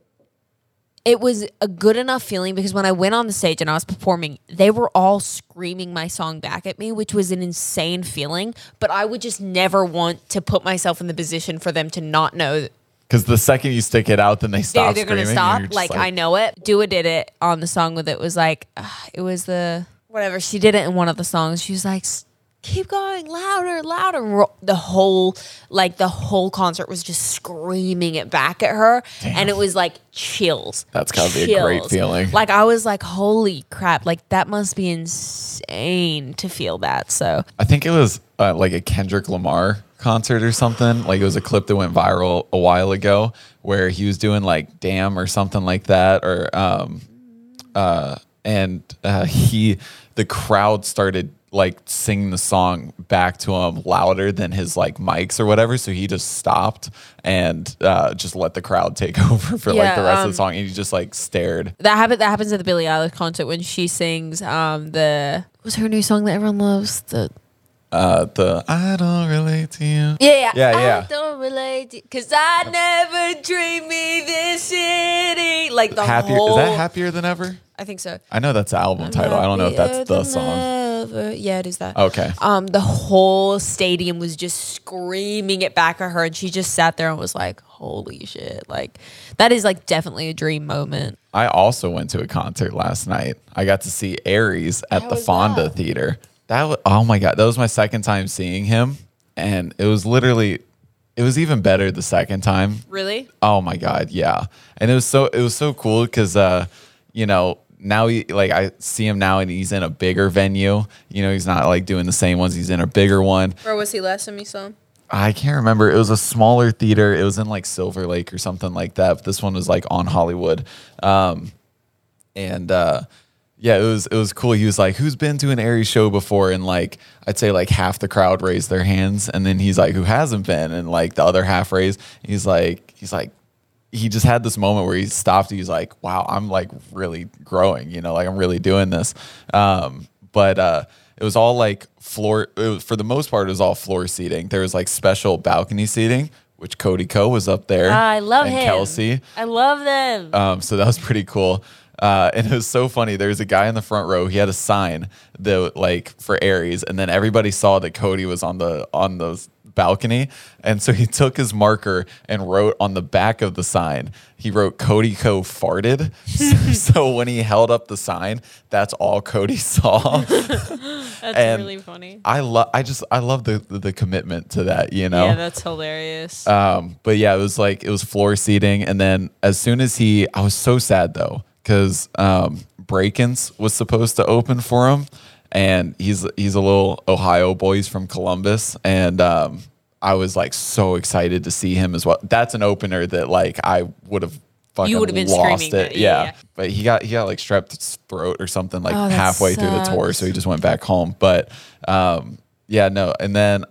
C: it was a good enough feeling because when I went on the stage and I was performing, they were all screaming my song back at me, which was an insane feeling. But I would just never want to put myself in the position for them to not know
B: Because the second you stick it out, then they
C: they're,
B: stop.
C: they're gonna
B: screaming, and
C: stop.
B: you're just
C: Like, I know it. Dua did it on the song with it was like uh, it was the whatever she did it in one of the songs. She was like, "S- keep going louder, louder. And ro- The whole like the whole concert was just screaming it back at her, and it was like chills.
B: That's gotta be a great
C: Chills.
B: feeling.
C: Like I was like, holy crap! Like that must be insane to feel that. So
B: I think it was uh, like a Kendrick Lamar concert or something. Like it was a clip that went viral a while ago where he was doing like "Damn" or something like that, or um, uh, and uh, he the crowd started like singing the song back to him louder than his like mics or whatever. So he just stopped and uh, just let the crowd take over for like the
C: Yeah,
B: rest of
C: um,
B: the song, and he just like stared.
C: That happen that happens at the Billie Eilish concert when she sings um the what was her new song that everyone loves the
B: Uh, the I don't relate to you.
C: Yeah,
B: Yeah, yeah.
C: I don't relate because I never dreamed me this shitty. Like the
B: Happier
C: whole.
B: is that happier than ever?
C: I think so.
B: I know that's the album title. I don't know if that's
C: Happier
B: the
C: than
B: song.
C: ever. Yeah, it is that.
B: Okay.
C: Um, the whole stadium was just screaming it back at her, and she just sat there and was like, "Holy shit!" Like, that is like definitely a dream moment.
B: I also went to a concert last night. I got to see Aries at
C: How
B: the
C: was
B: Fonda
C: that?
B: Theater. That was, oh my god, that was my second time seeing him, and it was literally, it was even better the second time.
C: Really?
B: Oh my god, yeah. And it was so it was so cool because uh, you know, now he like I see him now and he's in a bigger venue. You know, he's not like doing the same ones. He's in a bigger one.
C: Or was he last time you saw him?
B: I can't remember. It was a smaller theater. It was in like Silver Lake or something like that. But this one was like on Hollywood. Um, and uh, yeah, it was it was cool. He was like, "Who's been to an Aries show before?" And like, I'd say like half the crowd raised their hands, and then he's like, "Who hasn't been?" And like the other half raised. He's like, he's like, he just had this moment where he stopped. He's like, "Wow, I'm like really growing. You know, like I'm really doing this." Um, but uh, It was all like floor. It was, for the most part, it was all floor seating. There was like special balcony seating, which Cody Co was up there.
C: Ah, I love
B: and
C: him.
B: Kelsey.
C: I love them.
B: Um, so that was pretty cool. Uh, and it was so funny. There was a guy in the front row. He had a sign that like for Aries, and then everybody saw that Cody was on the on the balcony, and so he took his marker and wrote on the back of the sign. He wrote Cody Co farted. so, so when he held up the sign, that's all Cody saw.
C: That's
B: and
C: really funny.
B: I love. I just I love the the commitment to that. You know.
C: Yeah, that's hilarious.
B: Um, but yeah, it was like it was floor seating, and then as soon as he, I was so sad though because um, Breakins was supposed to open for him, and he's he's a little Ohio boy. He's from Columbus, and um, I was like so excited to see him as well. That's an opener that like I would have. Fucking
C: would've been
B: lost
C: screaming
B: it,
C: that, yeah,
B: yeah.
C: yeah.
B: But he got he got like strep throat or something like
C: Oh, that
B: halfway through the tour,
C: sucks.
B: so he just went back home. But um, yeah, no. And then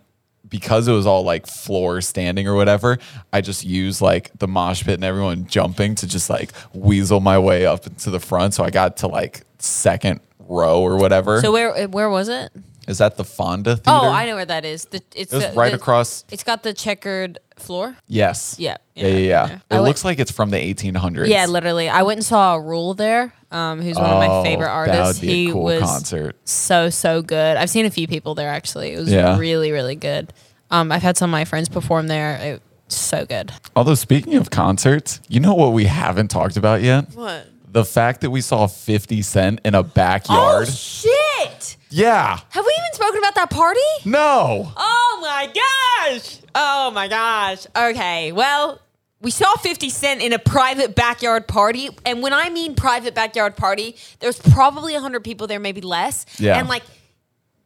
B: because it was all like floor standing or whatever, I just used like the mosh pit and everyone jumping to just like weasel my way up to the front. So I got to like second row or whatever.
C: so
B: So
C: where where was it?
B: is that the Fonda Theater?
C: Oh, I know where that is. The, it's
B: It was
C: the-
B: right
C: the-
B: across.
C: It's got the checkered floor.
B: Yes.
C: Yeah,
B: Yeah.
C: yeah,
B: Yeah. yeah.
C: yeah.
B: It
C: I went-
B: looks like it's from the 1800s.
C: Yeah, literally. I went and saw Rule there, um, who's one of my favorite
B: Oh, that would
C: artists.
B: be a
C: he
B: cool
C: was
B: concert.
C: so so good. I've seen a few people there actually. It was
B: Yeah.
C: really really good. Um, I've had some of my friends perform there. It so good.
B: Although speaking of concerts, you know what we haven't talked about yet?
C: What?
B: The fact that we saw 50 Cent in a backyard.
C: Oh shit!
B: yeah.
C: Have we even spoken about that party?
B: No.
C: Oh my gosh! Oh my gosh! Okay, well, we saw 50 Cent in a private backyard party. And when I mean private backyard party, there's probably 100 people there, maybe less.
B: Yeah.
C: And like,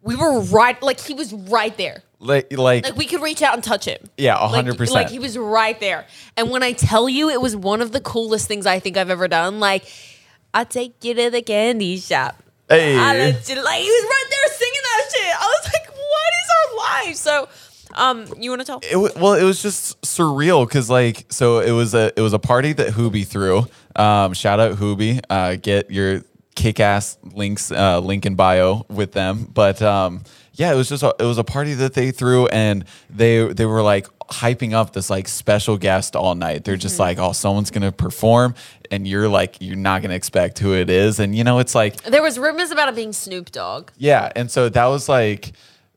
C: we were right, like, he was right there.
B: Like like,
C: Like, we could reach out and touch him.
B: Yeah,
C: Like-
B: 100%.
C: Like, he was right there. And when I tell you, it was one of the coolest things I think I've ever done. Like, I take you to the candy shop.
B: Hey.
C: I legit, like he was right there singing that shit. I was like, what is our life? So, um, you want to tell?
B: it wa- well, it was just surreal because like so it was a it was a party that Hubie threw. Um, shout out Hubie. Uh, get your kick ass links uh, link in bio with them. But um, yeah, it was just a, it was a party that they threw and they they were like hyping up this like special guest all night. They're just like, oh, someone's gonna perform, and you're like, you're not gonna expect who it is, and you know, it's like
C: There was rumors about it being Snoop Dogg.
B: yeah, and so that was like.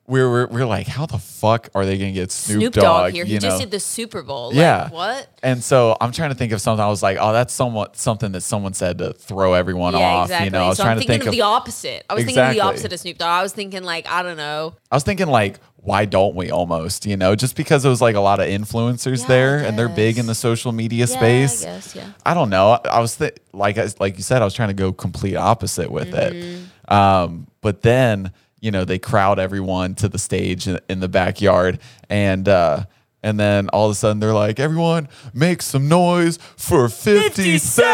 B: We were, we were like, how the fuck are they gonna get Snoop,
C: Snoop Dogg, here. He
B: you
C: just
B: know?
C: did the Super Bowl. Like,
B: yeah.
C: What?
B: And so I'm trying to think of something. I was like, oh, that's somewhat something that someone said to throw everyone
C: Yeah,
B: off.
C: exactly.
B: You know, I was
C: so
B: trying to
C: I'm thinking
B: think
C: of
B: of.
C: the opposite. I was thinking of the
B: Exactly.
C: opposite of Snoop Dogg. I was thinking like I don't know.
B: I was thinking like, why don't we almost? You know, just because it was like a lot of influencers
C: Yeah, I
B: there and they're big
C: guess.
B: in the social media
C: Yeah, I
B: space.
C: guess, yeah.
B: I don't know. I, I was th- like, I, like you said, I was trying to go complete opposite with
C: Mm-hmm.
B: it. Um, but then you know they crowd everyone to the stage in, in the backyard, and uh, and then all of a sudden they're like, everyone make some noise for fifty cent.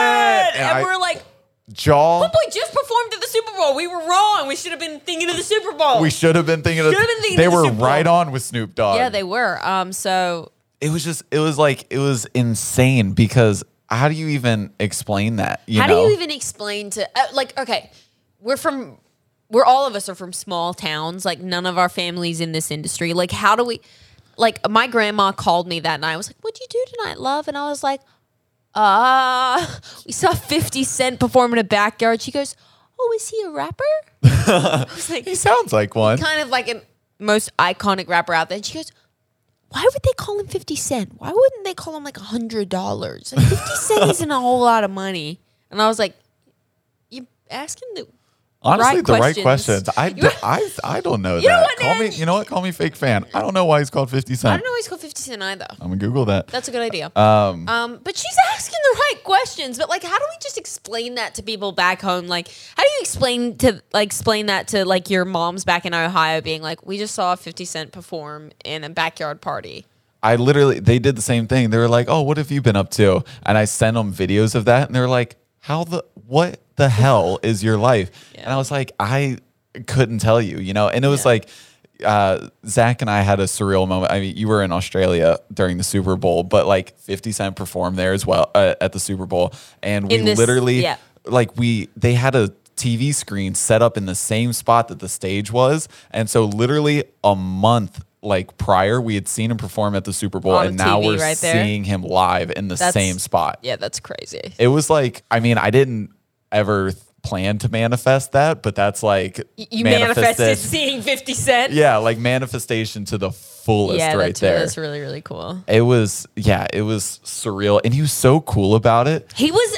C: And we're like,
B: jaw.
C: boy, just performed at the Super Bowl. We were wrong. We should have been thinking of the Super Bowl.
B: We should have been thinking. Of,
C: Should've been thinking
B: they
C: of the
B: were
C: Super Bowl.
B: right on with Snoop Dogg.
C: yeah, they were. Um, so
B: it was just it was like it was insane because how do you even explain that? You
C: How
B: know?
C: do you even explain to uh, like okay, we're from we're all of us are from small towns. Like none of our families in this industry. Like how do we? Like my grandma called me that night. I was like, "What'd you do tonight, love?" And I was like, "Ah, we saw Fifty Cent perform in a backyard." She goes, "Oh, is he a rapper?" I was like,
B: He sounds like one.
C: kind of like a most iconic rapper out there. And she goes, why would they call him 50 Cent? Why wouldn't they call him like $100? Like 50 Cent isn't a whole lot of money. And I was like, you asking the.
B: Honestly,
C: right
B: the right
C: questions.
B: questions. I,
C: You-
B: I, I don't know
C: know
B: that.
C: what,
B: call
C: man?
B: me, you know what? Call me fake fan. I don't know why he's called 50
C: I
B: Cent.
C: don't know why he's called 50 Cent either.
B: I'm going to Google that.
C: That's a good idea. Um, but she's asking the right questions. But like, how do we just explain that to people back home? Like, how do you explain to like explain that to like your moms back in Ohio, being like, we just saw 50 Cent perform in a backyard party.
B: I literally, they did the same thing. They were like, oh, what have you been up to? And I sent them videos of that. And they were like, how the, what the hell is your life? And I was like, I couldn't tell you, you know? And it was
C: Yeah.
B: like, uh, Zach and I had a surreal moment. I mean, you were in Australia during the Super Bowl, but like 50 Cent performed there as well uh, at the Super Bowl. And we
C: In this-
B: literally,
C: yeah.
B: like we they had a TV screen set up in the same spot that the stage was. And so literally a month like prior, we had seen him perform at the Super Bowl,
C: On
B: and now
C: TV
B: we're
C: right there.
B: seeing him live in the
C: That's-
B: same spot.
C: Yeah, that's crazy.
B: It was like, I mean, I didn't ever th- plan to manifest that, but that's like
C: You manifested, seeing 50 Cent.
B: yeah, like manifestation to the fullest
C: yeah
B: right
C: that's,
B: there.
C: that's really, really cool.
B: It was, yeah, it was surreal. And he was so cool about it.
C: He was.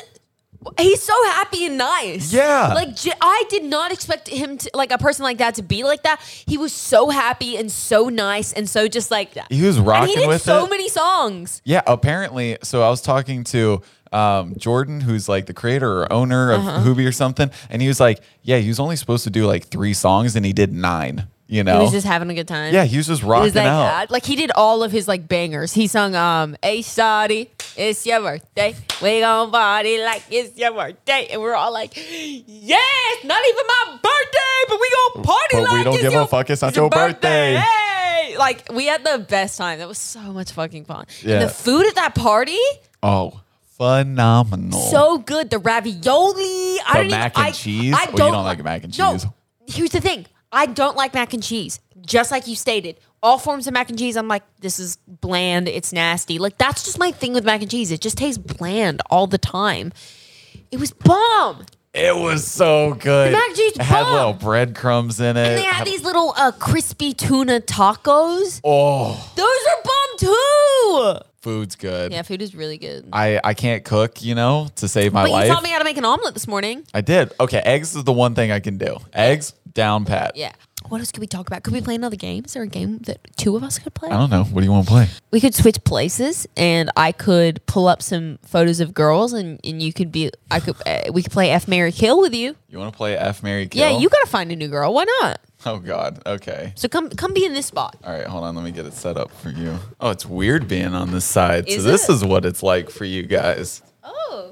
C: He's so happy and nice.
B: Yeah.
C: Like, j- I did not expect him to, like, a person like that to be like that. He was so happy and so nice and so just like that.
B: He was
C: and he
B: rocking
C: did
B: with
C: so
B: it.
C: many songs.
B: Yeah, apparently. So I was talking to um, Jordan, who's like the creator or owner of
C: Uh-huh.
B: Hoobie or something, and he was like, "Yeah, he was only supposed to do like three songs, and he did nine. You know,
C: He was just having a good time.
B: yeah, he was just
C: He
B: rocking
C: was like,
B: out.
C: uh, like he did all of his like bangers. He sung um Hey Shawty, it's your birthday. We gon' party like it's your birthday. And we're all like, Yes, not even my birthday, but we gon' party
B: But we
C: like
B: don't
C: it's
B: give a
C: your,
B: fuck, it's not your birthday."
C: Hey! Like we had the best time. That was so much fucking fun. And
B: Yeah.
C: the food at that party,
B: Oh, phenomenal!
C: so good. The ravioli. I
B: Oh. The
C: don't
B: mac and
C: even, I,
B: cheese?
C: I
B: Oh, you
C: don't,
B: don't like mac and cheese.
C: No, here's the thing. I don't like mac and cheese. Just like you stated, all forms of mac and cheese. I'm like, this is bland. It's nasty. Like that's just my thing with mac and cheese. It just tastes bland all the time. It was
B: Uh,
C: bomb.
B: it was so good.
C: The mac and cheese
B: It had
C: bomb.
B: little breadcrumbs in it.
C: And they had
B: Had-
C: these little uh, crispy tuna tacos.
B: oh,
C: Those are bomb too.
B: food's good.
C: Yeah, food is really good.
B: I I can't cook, you know, to save my
C: but
B: life.
C: you taught me how to make an omelet this morning.
B: I did. Okay, eggs is the one thing I can do. Eggs down pat.
C: Yeah. What else could we talk about? Could we play another game? Is there a game that two of us could play?
B: I don't know. What do you want to play?
C: we could switch places and I could pull up some photos of girls and, and you could be I could uh, we could play F Mary Kill with you.
B: You want to play F Mary Kill?
C: Yeah, you got to find a new girl. Why not?
B: Oh God. Okay.
C: So come come be in this spot.
B: All right. Hold on. Let me get it set up for you. Oh, it's weird being on this side.
C: Is
B: so this
C: it?
B: is what it's like for you guys.
C: Oh.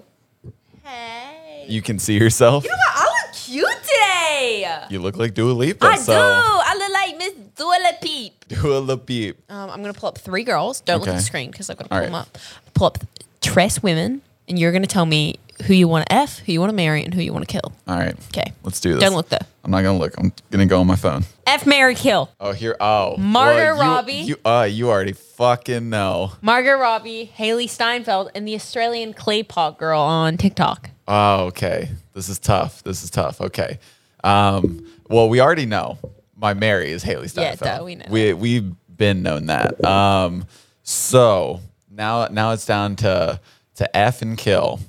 C: Hey.
B: You can see yourself.
C: I look cute today.
B: You look like Dua Lipa.
C: I do.
B: so
C: I look like Miss Dula Peep.
B: do. Dua Lipa.
C: Um, I'm going to pull up three girls. Don't look at
B: Okay.
C: the screen cuz I'm going to pull
B: All
C: them
B: right.
C: up. Pull up Tress women and you're going to tell me who you want to F, who you want to marry and who you want to kill.
B: All right.
C: Okay.
B: Let's do this.
C: Don't look though.
B: I'm not gonna look. I'm gonna go on my phone.
C: F Mary Kill.
B: Oh, here. Oh,
C: Margot
B: you-
C: Robbie.
B: You, uh, you already fucking know.
C: Margot Robbie, Haley Steinfeld, and the Australian clay pot girl on TikTok.
B: Oh, okay. This is tough. This is tough. Okay. Um, well, we already know my Mary is Haley
C: Yeah,
B: Steinfeld.
C: duh, we know
B: We we've been known that. Um, so now now it's down to to f and kill.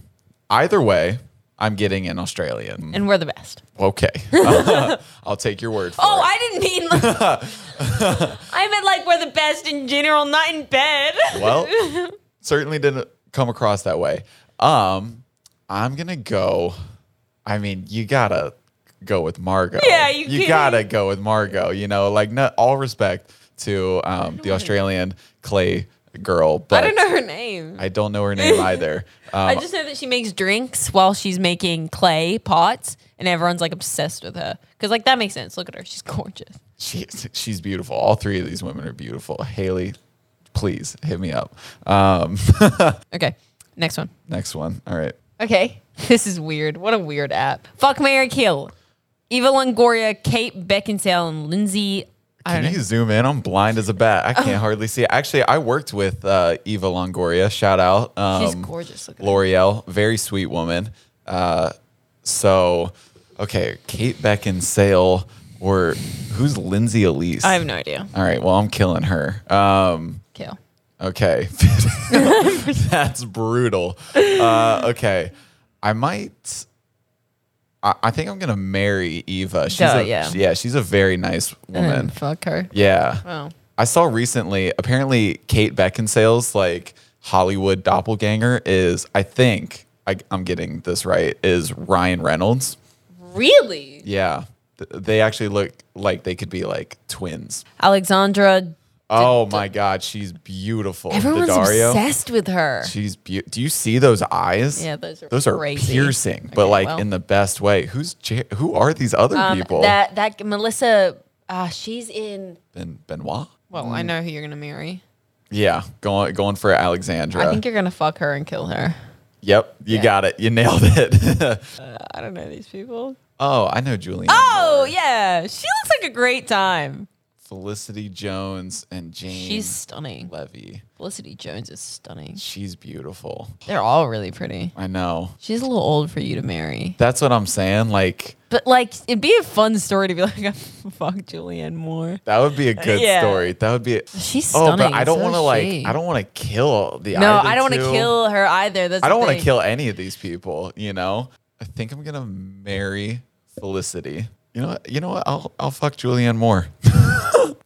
B: Either way, I'm getting an Australian.
C: And we're the best.
B: Okay, I'll take your word for
C: Oh,
B: it.
C: I didn't mean. I meant like we're the best in general, not in bed.
B: well, certainly didn't come across that way. Um, I'm gonna go. I mean, you gotta go with Margot.
C: Yeah, you
B: you
C: can't-
B: gotta go with Margot. You know, like no, all respect to um, the Australian clay girl,
C: I
B: but
C: don't know her name.
B: I don't know her name either. Um,
C: I just know that she makes drinks while she's making clay pots, and everyone's like obsessed with her because like that makes sense. Look at her; she's gorgeous.
B: she, she's beautiful. All three of these women are beautiful. Haley, please hit me up. Um,
C: Okay, next one.
B: next one. All right.
C: Okay, this is weird. What a weird app. Fuck Mary Kill, Eva Longoria, Kate Beckinsale, and Lindsay. I
B: Can
C: don't know. Oh.
B: you zoom in? I'm blind as a bat. I can't hardly see. Actually, I worked with uh, Eva Longoria. Shout out. Um,
C: She's gorgeous. Look at her.
B: L'Oreal, very sweet woman. Uh, so, okay, Kate Beckinsale or who's Lindsay Elise?
C: I have no idea.
B: All right, well, I'm killing her. Um,
C: Kill.
B: okay. That's brutal. Uh, okay. I might. I, I think I'm going to marry Eva. She's
C: Duh,
B: a,
C: yeah. Mm.
B: she's a very nice woman.
C: fuck her.
B: Yeah.
C: Oh.
B: I saw recently, apparently Kate Beckinsale's like Hollywood doppelganger is, I think, I, I'm getting this right, is Ryan Reynolds.
C: Really?
B: Yeah. Th- They actually look like they could be like twins.
C: Alexandra.
B: Oh my God, she's beautiful.
C: Everyone's
B: Daddario.
C: obsessed with her.
B: She's beautiful. Do you see those eyes?
C: Yeah, those are
B: those are
C: crazy.
B: piercing, but
C: Okay,
B: like
C: well.
B: in the best way. Who's Jer- who are these other
C: Um,
B: people?
C: That that Melissa. Uh, she's in.
B: ben- Benoit.
C: Well, I know who you're gonna marry.
B: Yeah, going going for Alexandra.
C: I think you're gonna fuck her and kill her.
B: Yep, you
C: Yeah.
B: got it. You nailed it.
C: I don't know these people.
B: Oh, I know Julianne.
C: Oh yeah, she looks like a great time.
B: Felicity Jones and Jane
C: She's stunning.
B: Levy.
C: Felicity Jones is stunning.
B: She's beautiful.
C: They're all really pretty.
B: I know.
C: She's a little old for you to marry,
B: That's what I'm saying. Like
C: but like it'd be a fun story to be like, fuck Julianne Moore.
B: that would be a good
C: Uh, Yeah.
B: story. That would be.
C: She's
B: Oh,
C: stunning,
B: but I don't
C: so
B: want to
C: is
B: like.
C: she.
B: I don't want to kill the.
C: No,
B: either
C: I don't want to
B: two.
C: kill her either. That's
B: I don't want
C: to
B: to kill any of these people. You know. I think I'm gonna marry Felicity. You know. What? You know what? I'll I'll fuck Julianne Moore.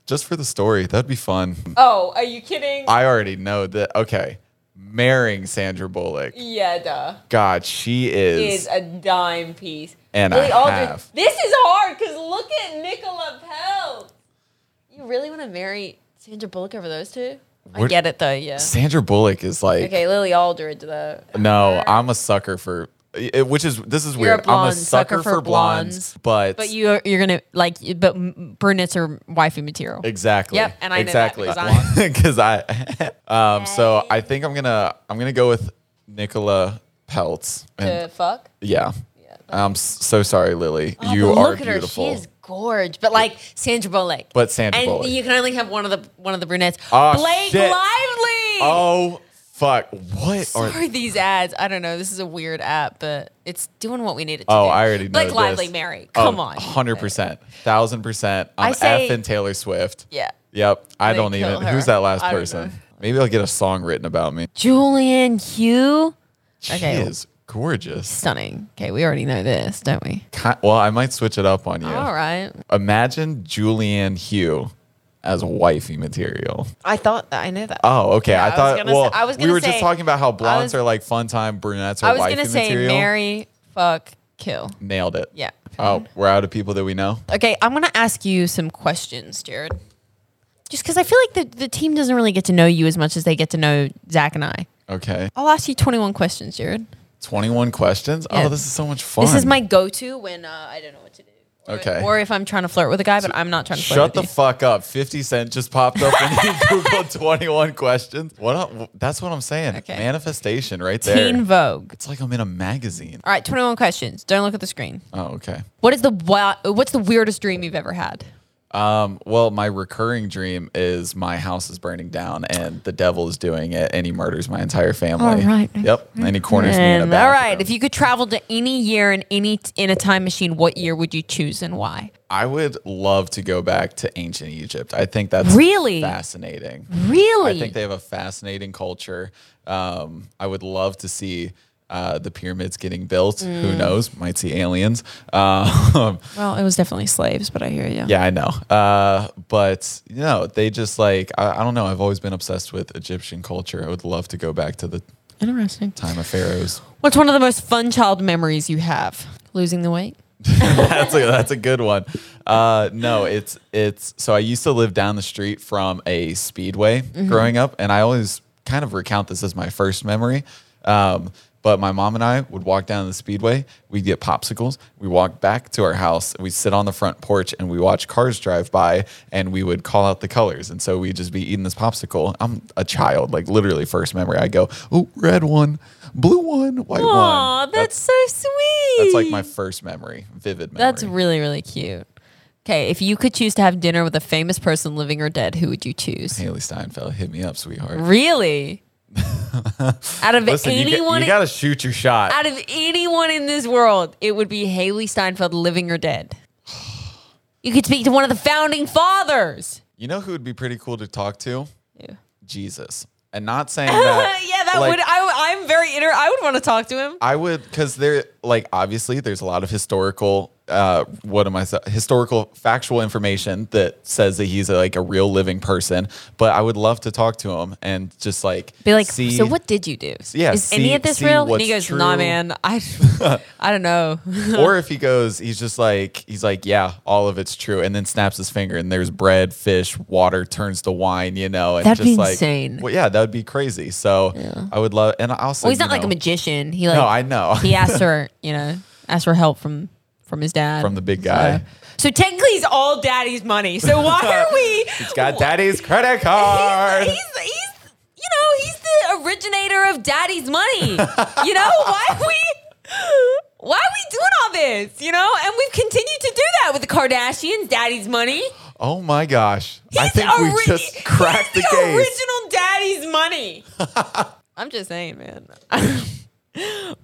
B: Just for the story. That'd be fun.
C: Oh, are you kidding?
B: I already know that. Okay. Marrying Sandra Bullock.
C: yeah, duh.
B: God, she
C: Is uh, a dime piece.
B: And
C: Billie
B: I
C: Aldridge-
B: have.
C: This is hard because look at Nicola Pell. You really want to marry Sandra Bullock over those two? I
B: What-
C: get it though. Yeah.
B: Sandra Bullock is like
C: Okay, Lily Aldridge though.
B: no, I'm a sucker for it- which is this is
C: You're a
B: weird. I'm a
C: blonde,
B: sucker, for blondes, but
C: But you are, you're gonna like, but m- brunettes are wifey material.
B: exactly.
C: Yep, and I know that
B: exactly
C: because
B: because I um so I think I'm gonna I'm gonna go with Nicola Peltz. And,
C: The fuck.
B: yeah. I'm s- so sorry, Lily.
C: Oh,
B: you
C: but
B: are
C: look at
B: beautiful.
C: her; she is gorge. But like Sandra Bullock.
B: But Sandra
C: and
B: Bullock.
C: you can only have one of the one of the brunettes.
B: Oh,
C: Blake
B: shit.
C: Lively.
B: oh fuck! What are
C: Sorry, these ads. I don't know. This is a weird app, but it's doing what we need it to
B: Oh,
C: do.
B: I already know.
C: Blake
B: this. Oh,
C: Lively, Mary. Come on.
B: hundred percent, thousand percent.
C: I
B: I'm
C: say-
B: effing Taylor Swift.
C: Yeah.
B: Yep. I
C: They
B: don't
C: kill
B: even.
C: her.
B: Who's that last
C: I don't
B: person?
C: know.
B: Maybe I'll get a song written about me.
C: Julianne Hugh.
B: She
C: Okay.
B: is gorgeous.
C: Stunning. Okay, we already know this, don't we?
B: Ki- Well, I might switch it up on you.
C: All right.
B: Imagine Julianne Hugh as wifey material.
C: I thought that I know that.
B: Oh, okay.
C: Yeah, I
B: I
C: was
B: thought.
C: gonna
B: well,
C: say- I was
B: we
C: gonna
B: were
C: say-
B: just talking about how blondes
C: was-
B: are like fun time, brunettes are
C: I was
B: wifey
C: gonna say
B: material.
C: marry, fuck, kill.
B: Nailed it.
C: Yeah.
B: Oh, we're out of people that we know.
C: Okay, I'm gonna ask you some questions, Jared. Just because I feel like the, the team doesn't really get to know you as much as they get to know Zach and I.
B: Okay.
C: I'll ask you 21 questions, Jared.
B: Twenty-one questions.
C: Yeah.
B: Oh, this is so much fun.
C: This is my go-to when uh, I don't know what to do. Or,
B: Okay.
C: Or if I'm trying to flirt with a guy, but I'm not trying to flirt
B: Shut the
C: with
B: fuck up. 50 Cent just popped up when you Googled 21 questions. What up? That's what I'm saying.
C: Okay.
B: Manifestation right
C: you.
B: there.
C: Teen Vogue.
B: It's like I'm in a magazine.
C: All right, 21 questions. Don't look at the screen.
B: Oh, okay.
C: What is the wa- what's the weirdest dream you've ever had?
B: Um, well, my recurring dream is my house is burning down and the devil is doing it and he murders my entire family.
C: All right.
B: Yep. And he corners me in a
C: And,
B: bathroom.
C: all right, if you could travel to any year in any in a time machine, what year would you choose and why?
B: I would love to go back to ancient Egypt. I think that's
C: Really?
B: fascinating.
C: Really?
B: I think they have a fascinating culture. Um, I would love to see uh, the pyramids getting built. Who knows? Might see aliens. Um,
C: well, it was definitely slaves, but I hear you.
B: yeah, I know. Uh, but you know, they just like I, I don't know. I've always been obsessed with Egyptian culture. I would love to go back to the
C: Interesting.
B: time of pharaohs.
C: What's one of the most fun child memories you have? Losing the weight?
B: that's a that's a good one. Uh, no, it's it's so I used to live down the street from a speedway
C: Mm-hmm.
B: growing up, and I always kind of recount this as my first memory. Um, but my mom and I would walk down the speedway. We'd get popsicles. We walk back to our house. We sit on the front porch and we watch cars drive by, and we would call out the colors. And so we'd just be eating this popsicle. I'm a child, like literally first memory. I go, oh, red one, blue one, white
C: Aw,
B: one.
C: that's, so sweet.
B: that's like my first memory, vivid memory.
C: That's really, really cute. Okay, if you could choose to have dinner with a famous person, living or dead, who would you choose?
B: Haley Steinfeld, hit me up, sweetheart.
C: Really? out of anyone,
B: gotta shoot your shot.
C: out of anyone in this world, it would be Haley Steinfeld, living or dead. You could speak to one of the founding fathers.
B: You know who would be pretty cool to talk to?
C: Yeah,
B: Jesus. And not saying that.
C: that
B: like,
C: would. I, I'm very inter. I would want to talk to him.
B: I would, because there, like, obviously, there's a lot of historical, uh, what am I, sa- historical, factual information that says that he's like a real living person. But I would love to talk to him and just like
C: Be like,
B: see-
C: so what did you do?
B: yeah,
C: is any
B: see-
C: of this
B: see
C: real? And
B: what's
C: he goes,
B: true.
C: Nah, man. I, I don't know.
B: or if he goes, he's just like he's like, yeah, all of it's true, and then snaps his finger, and there's bread, fish, water turns to wine, you know, and
C: That'd
B: just
C: be
B: like,
C: insane.
B: Well, yeah, that would be crazy. So I would love, and I also,
C: Well, he's
B: you
C: not like a
B: know,
C: magician. He like
B: No, I know.
C: he asked her, you know, asked for help from from his dad,
B: From the big guy.
C: So, so technically, he's all daddy's money. So why are we?
B: He's got daddy's credit card.
C: He's, he's, he's you know he's the originator of daddy's money. you know why are we? Why are we doing all this? You know, and we've continued to do that with the Kardashians, daddy's money.
B: Oh my gosh. I
C: He's
B: think we
C: ori-
B: just cracked the
C: he's
B: case.
C: original daddy's money. I'm just saying, man.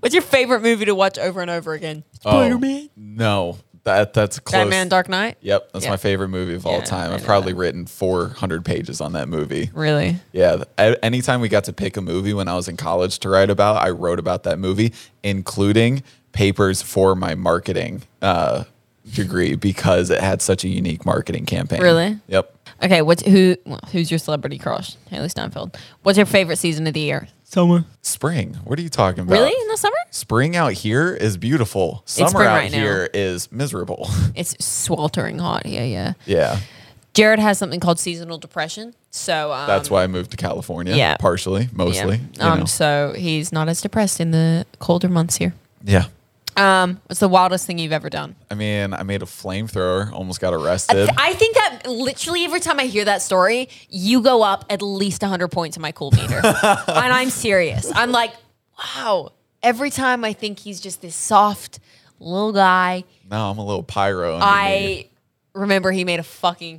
C: What's your favorite movie to watch over and over again?
B: Oh. Spider-Man? No. That that's close.
C: Batman Dark Knight?
B: Yep, that's
C: Yeah.
B: my favorite movie of all
C: Yeah,
B: time.
C: I
B: I've
C: know
B: probably written 400 pages on that movie.
C: Really?
B: Yeah, th- a- anytime we got to pick a movie when I was in college to write about, I wrote about that movie, including papers for my marketing uh, degree because it had such a unique marketing campaign.
C: Really?
B: Yep.
C: Okay, what's who well, who's your celebrity crush? Haley Steinfeld. What's your favorite season of the year? Summer.
B: Spring. What are you talking about?
C: Really? In the summer?
B: Spring out here is beautiful. Summer
C: spring
B: out
C: right now.
B: here is miserable.
C: It's sweltering hot. Yeah, yeah.
B: yeah.
C: Jared has something called seasonal depression. So um,
B: That's why I moved to California.
C: yeah.
B: Partially,
C: yeah.
B: mostly. you
C: Um,
B: know.
C: so he's not as depressed in the colder months here.
B: yeah.
C: Um, what's the wildest thing you've ever done?
B: I mean, I made a flamethrower, almost got
C: I,
B: arrested.
C: th- I think that literally every time I hear that story, you go up at least 100 points in my cool meter. and I'm serious. I'm like, wow. Every time I think he's just this soft little guy,
B: no, I'm a little pyro. underneath.
C: I remember he made a fucking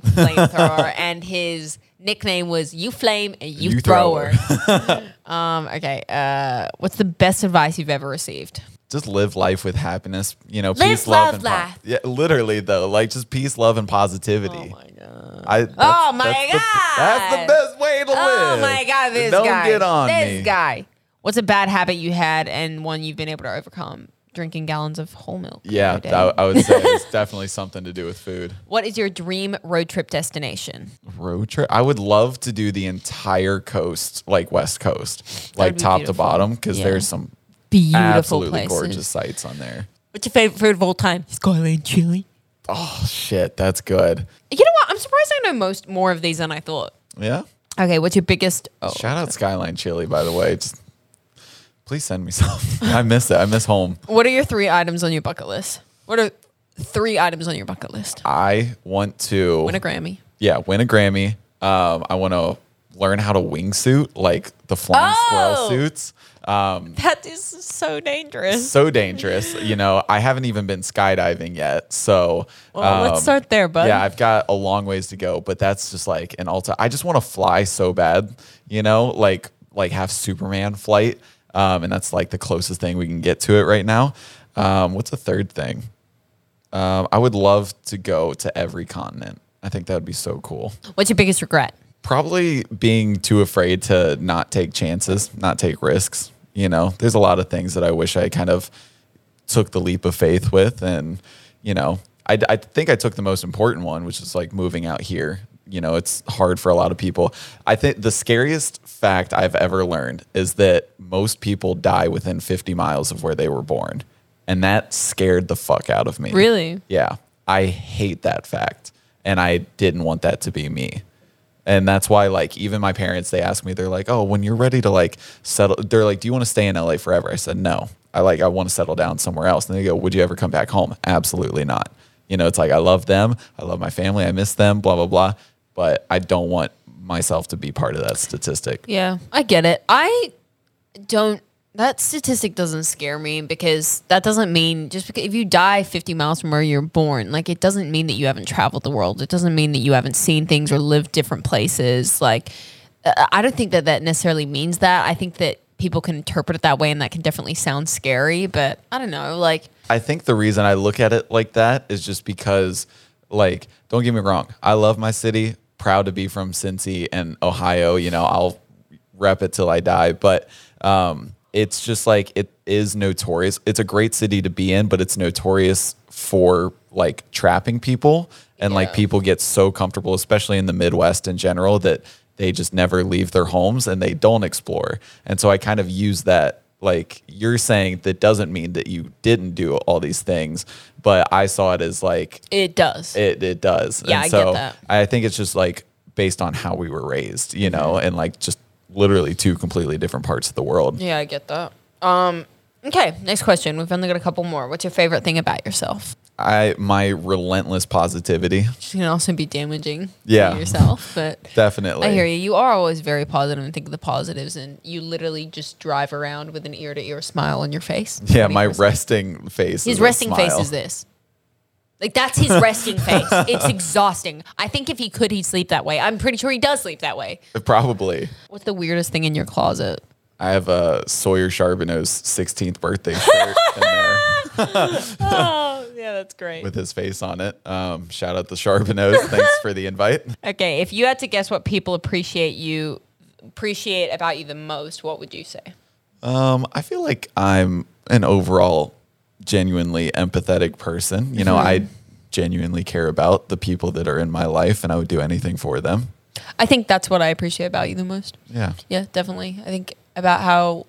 C: flamethrower and his nickname was You Flame and You,
B: You
C: Thrower.
B: Thrower."
C: um, okay. Uh, what's the best advice you've ever received?
B: just live life with happiness. You know,
C: Live,
B: peace, love,
C: love,
B: and
C: laugh.
B: laugh. Yeah, literally though, like just peace, love, and positivity.
C: Oh my God.
B: I, that's,
C: Oh my
B: that's the-
C: God.
B: that's the best way to
C: Oh
B: live.
C: my God, this
B: Don't
C: guy.
B: get on
C: this
B: me.
C: guy. What's a bad habit you had and one you've been able to overcome? Drinking gallons of whole milk.
B: Yeah,
C: every day.
B: that, I would say it's definitely something to do with food.
C: what is your dream road trip destination?
B: Road trip. I would love to do the entire coast, like West Coast, like
C: be
B: top to
C: beautiful.
B: bottom, because
C: Yeah.
B: there's some
C: Beautiful
B: absolutely
C: places.
B: gorgeous sights on there.
C: What's your favorite food of all time? Skyline chili.
B: Oh shit, that's good.
C: You know what? I'm surprised I know most more of these than I thought.
B: Yeah.
C: Okay, what's your biggest? Oh,
B: Shout out Skyline Chili, by the way. Just, please send me some. I miss it. I miss home.
C: what are your three items on your bucket list? What are three items on your bucket list?
B: I want to
C: Win a Grammy.
B: yeah, win a Grammy. Um, I want to learn how to wingsuit like the flying
C: Oh!
B: squirrel suits. Um,
C: That is so dangerous.
B: so dangerous. You know, I haven't even been skydiving yet. So
C: Well, let's
B: um,
C: start there, bud.
B: Yeah, I've got a long ways to go, but that's just like an ulti. I just want to fly so bad. You know, like like have Superman flight. Um, and that's like the closest thing we can get to it right now. Um, what's a third thing? Um, I would love to go to every continent. I think that would be so cool.
C: What's your biggest regret?
B: Probably being too afraid to not take chances, not take risks. You know, there's a lot of things that I wish I kind of took the leap of faith with. And, you know, I, I think I took the most important one, which is like moving out here. You know, it's hard for a lot of people. I think the scariest fact I've ever learned is that most people die within 50 miles of where they were born. And that scared the fuck out of me.
C: Really?
B: Yeah. I hate that fact. And I didn't want that to be me. And that's why, like, even my parents, they ask me, they're like, oh, when you're ready to like settle, they're like, do you want to stay in LA forever? I said, no. I like, I want to settle down somewhere else. And they go, would you ever come back home? Absolutely not. You know, it's like, I love them. I love my family. I miss them, blah, blah, blah. But I don't want myself to be part of that statistic.
C: Yeah, I get it. I don't. That statistic doesn't scare me because that doesn't mean just because if you die 50 miles from where you're born, like it doesn't mean that you haven't traveled the world. It doesn't mean that you haven't seen things or lived different places. Like, uh, I don't think that that necessarily means that. I think that people can interpret it that way and that can definitely sound scary, but I don't know. Like,
B: I think the reason I look at it like that is just because, like, don't get me wrong, I love my city, proud to be from Cincy and Ohio. You know, I'll rep it till I die, but um, it's just like it is notorious. It's a great city to be in, but it's notorious for like trapping people, and like people get so comfortable, especially in the Midwest in general, that they just never leave their homes and they don't explore. And so I kind of use that like you're saying that doesn't mean that you didn't do all these things, but I saw it as like
C: it does.
B: it it does.
C: Yeah,
B: and
C: I get
B: so
C: that.
B: I think it's just like based on how we were raised, you know, and like just literally two completely different parts of the world.
C: Mm-hmm. yeah, I get that. Um, okay, next question. We've only got a couple more. What's your favorite thing about yourself?
B: I my relentless positivity.
C: Which can also be damaging
B: Yeah.
C: to yourself. But
B: Definitely.
C: I hear you. You are always very positive and think of the positives, and you literally just drive around with an ear to ear smile on your face.
B: Yeah, my
C: 24/7.
B: resting face.
C: His
B: is a
C: resting face
B: smile.
C: is this. Like that's his resting face. It's exhausting. I think if he could, he'd sleep that way. I'm pretty sure he does sleep that way.
B: Probably.
C: What's the weirdest thing in your closet?
B: I have a Sawyer Charbonneau's 16th birthday shirt in there
C: Oh, yeah, that's great.
B: with his face on it. Um, shout out the Charbonneau's. Thanks for the invite.
C: Okay, if you had to guess what people appreciate you appreciate about you the most, what would you say?
B: Um, I feel like I'm an overall genuinely empathetic person. You know, I
C: Mm-hmm.
B: genuinely care about the people that are in my life and I would do anything for them.
C: I think that's what I appreciate about you the most.
B: Yeah.
C: Yeah, definitely. I think about how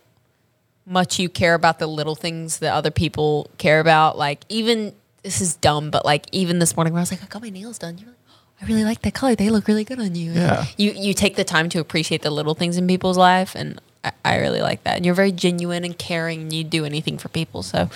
C: much you care about the little things that other people care about. Like even this is dumb, but like even this morning when I was like, I got my nails done. You're like, "Oh, I really like that color. They look really good on you. And
B: Yeah.
C: You you take the time to appreciate the little things in people's life, and I, I really like that. And you're very genuine and caring, and you do anything for people. So,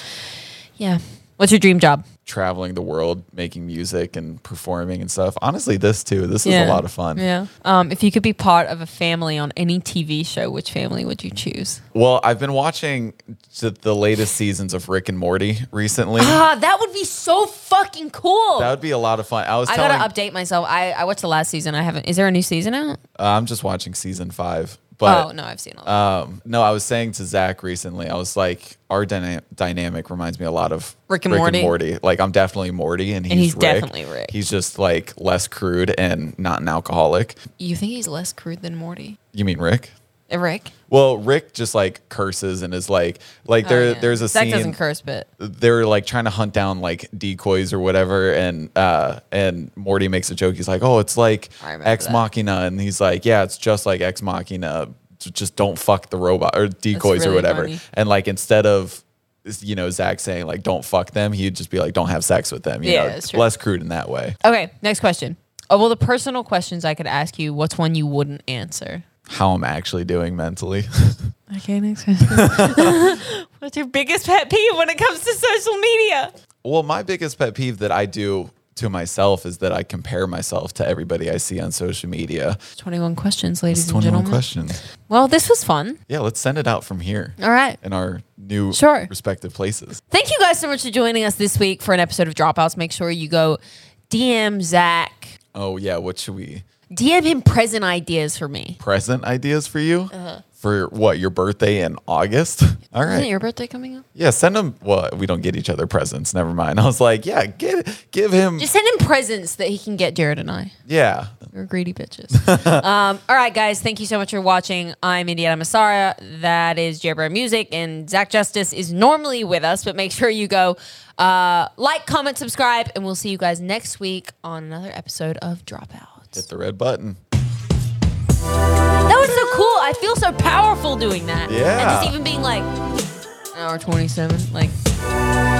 C: yeah. What's your dream job?
B: Traveling the world, making music and performing and stuff. Honestly, this too. This is a lot of fun.
C: Yeah. Um, if you could be part of a family on any TV show, which family would you choose?
B: Well, I've been watching the the latest seasons of Rick and Morty recently.
C: Ah, that would be so fucking cool.
B: That would be a lot of fun. I was
C: I
B: telling,
C: gotta update myself. I, I watched the last season. I haven't. Is there a new season out?
B: uh, I'm just watching season five, but
C: oh no, I've seen all that.
B: Um, no, I was saying to Zach recently, I was like, our dyna- dynamic reminds me a lot of
C: Rick and Morty.
B: Like, I'm definitely Morty, and he's,
C: he's
B: Rick.
C: definitely Rick.
B: He's just like less crude and not an alcoholic.
C: you think he's less crude than Morty?
B: You mean Rick?
C: Uh, Rick?
B: Well, Rick just like curses and is like, like there, there's a
C: Oh, Zach
B: scene.
C: doesn't curse, but
B: They're like trying to hunt down like decoys or whatever, and uh, and Morty makes a joke. He's like, "Oh, it's like
C: I remember
B: Ex
C: that.
B: Machina," and he's like, "Yeah, it's just like Ex Machina. J- Just don't fuck the robot or decoys or
C: really
B: whatever."
C: funny.
B: And like instead of you know Zach saying like "Don't fuck them," he'd just be like "Don't have sex with them." You
C: Yeah,
B: know,
C: that's true.
B: less crude in that way.
C: okay. Next question. Of all the personal questions I could ask you, what's one you wouldn't answer?
B: How I'm actually doing mentally.
C: Okay, next question. what's your biggest pet peeve when it comes to social media?
B: Well, my biggest pet peeve that I do to myself is that I compare myself to everybody I see on social media.
C: Twenty-one questions, ladies
B: It's
C: and
B: 21
C: gentlemen.
B: questions.
C: Well, this was fun.
B: Yeah, let's send it out from here
C: All right.
B: in our new
C: Sure.
B: respective places.
C: Thank you guys so much for joining us this week for an episode of Dropouts. Make sure you go DM Zach.
B: Oh, yeah. What should we?
C: DM him present ideas for me.
B: Present ideas for you?
C: Uh-huh.
B: For what? Your birthday in August? All
C: Isn't
B: right.
C: your birthday coming up?
B: yeah, send him. Well, we don't get each other presents. Never mind. I was like, yeah, give, give him.
C: Just send him presents that he can get Jared and I.
B: yeah.
C: We're greedy bitches. um, all right, guys. Thank you so much for watching. I'm Indiana Masara. That is Jared Brown Music. And Zach Justice is normally with us, but make sure you go uh, like, comment, subscribe. And we'll see you guys next week on another episode of Dropouts.
B: Hit the red button.
C: That was so cool. I feel so powerful doing that.
B: Yeah.
C: And just even being like, hour 27. Like,